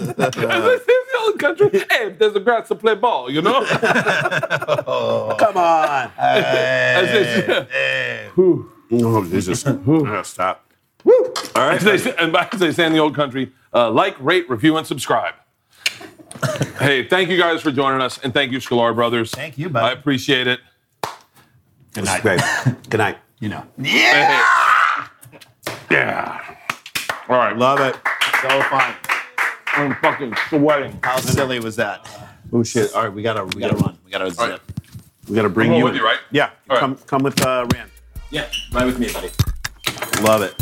is the old country. Hey, if there's a grass to play ball, you know.
Come on.
As they say-
Oh, Jesus. Yeah, stop.
All right. As they, and back as they say in the old country, uh, like, rate, review, and subscribe. hey, thank you guys for joining us, and thank you, Scalar Brothers.
Thank you,
I
bud.
appreciate it.
Good night. Great. Good night.
you know.
Yeah. Yeah. All right. Love
Love it.
So fun.
I'm fucking sweating.
How silly was that?
Oh shit! All right, we gotta we gotta run. We gotta
All right.
we gotta bring
Roll
you.
with
in.
you, right?
Yeah.
All right.
come come with uh, Rand.
Yeah. Ride with me, buddy.
Love it.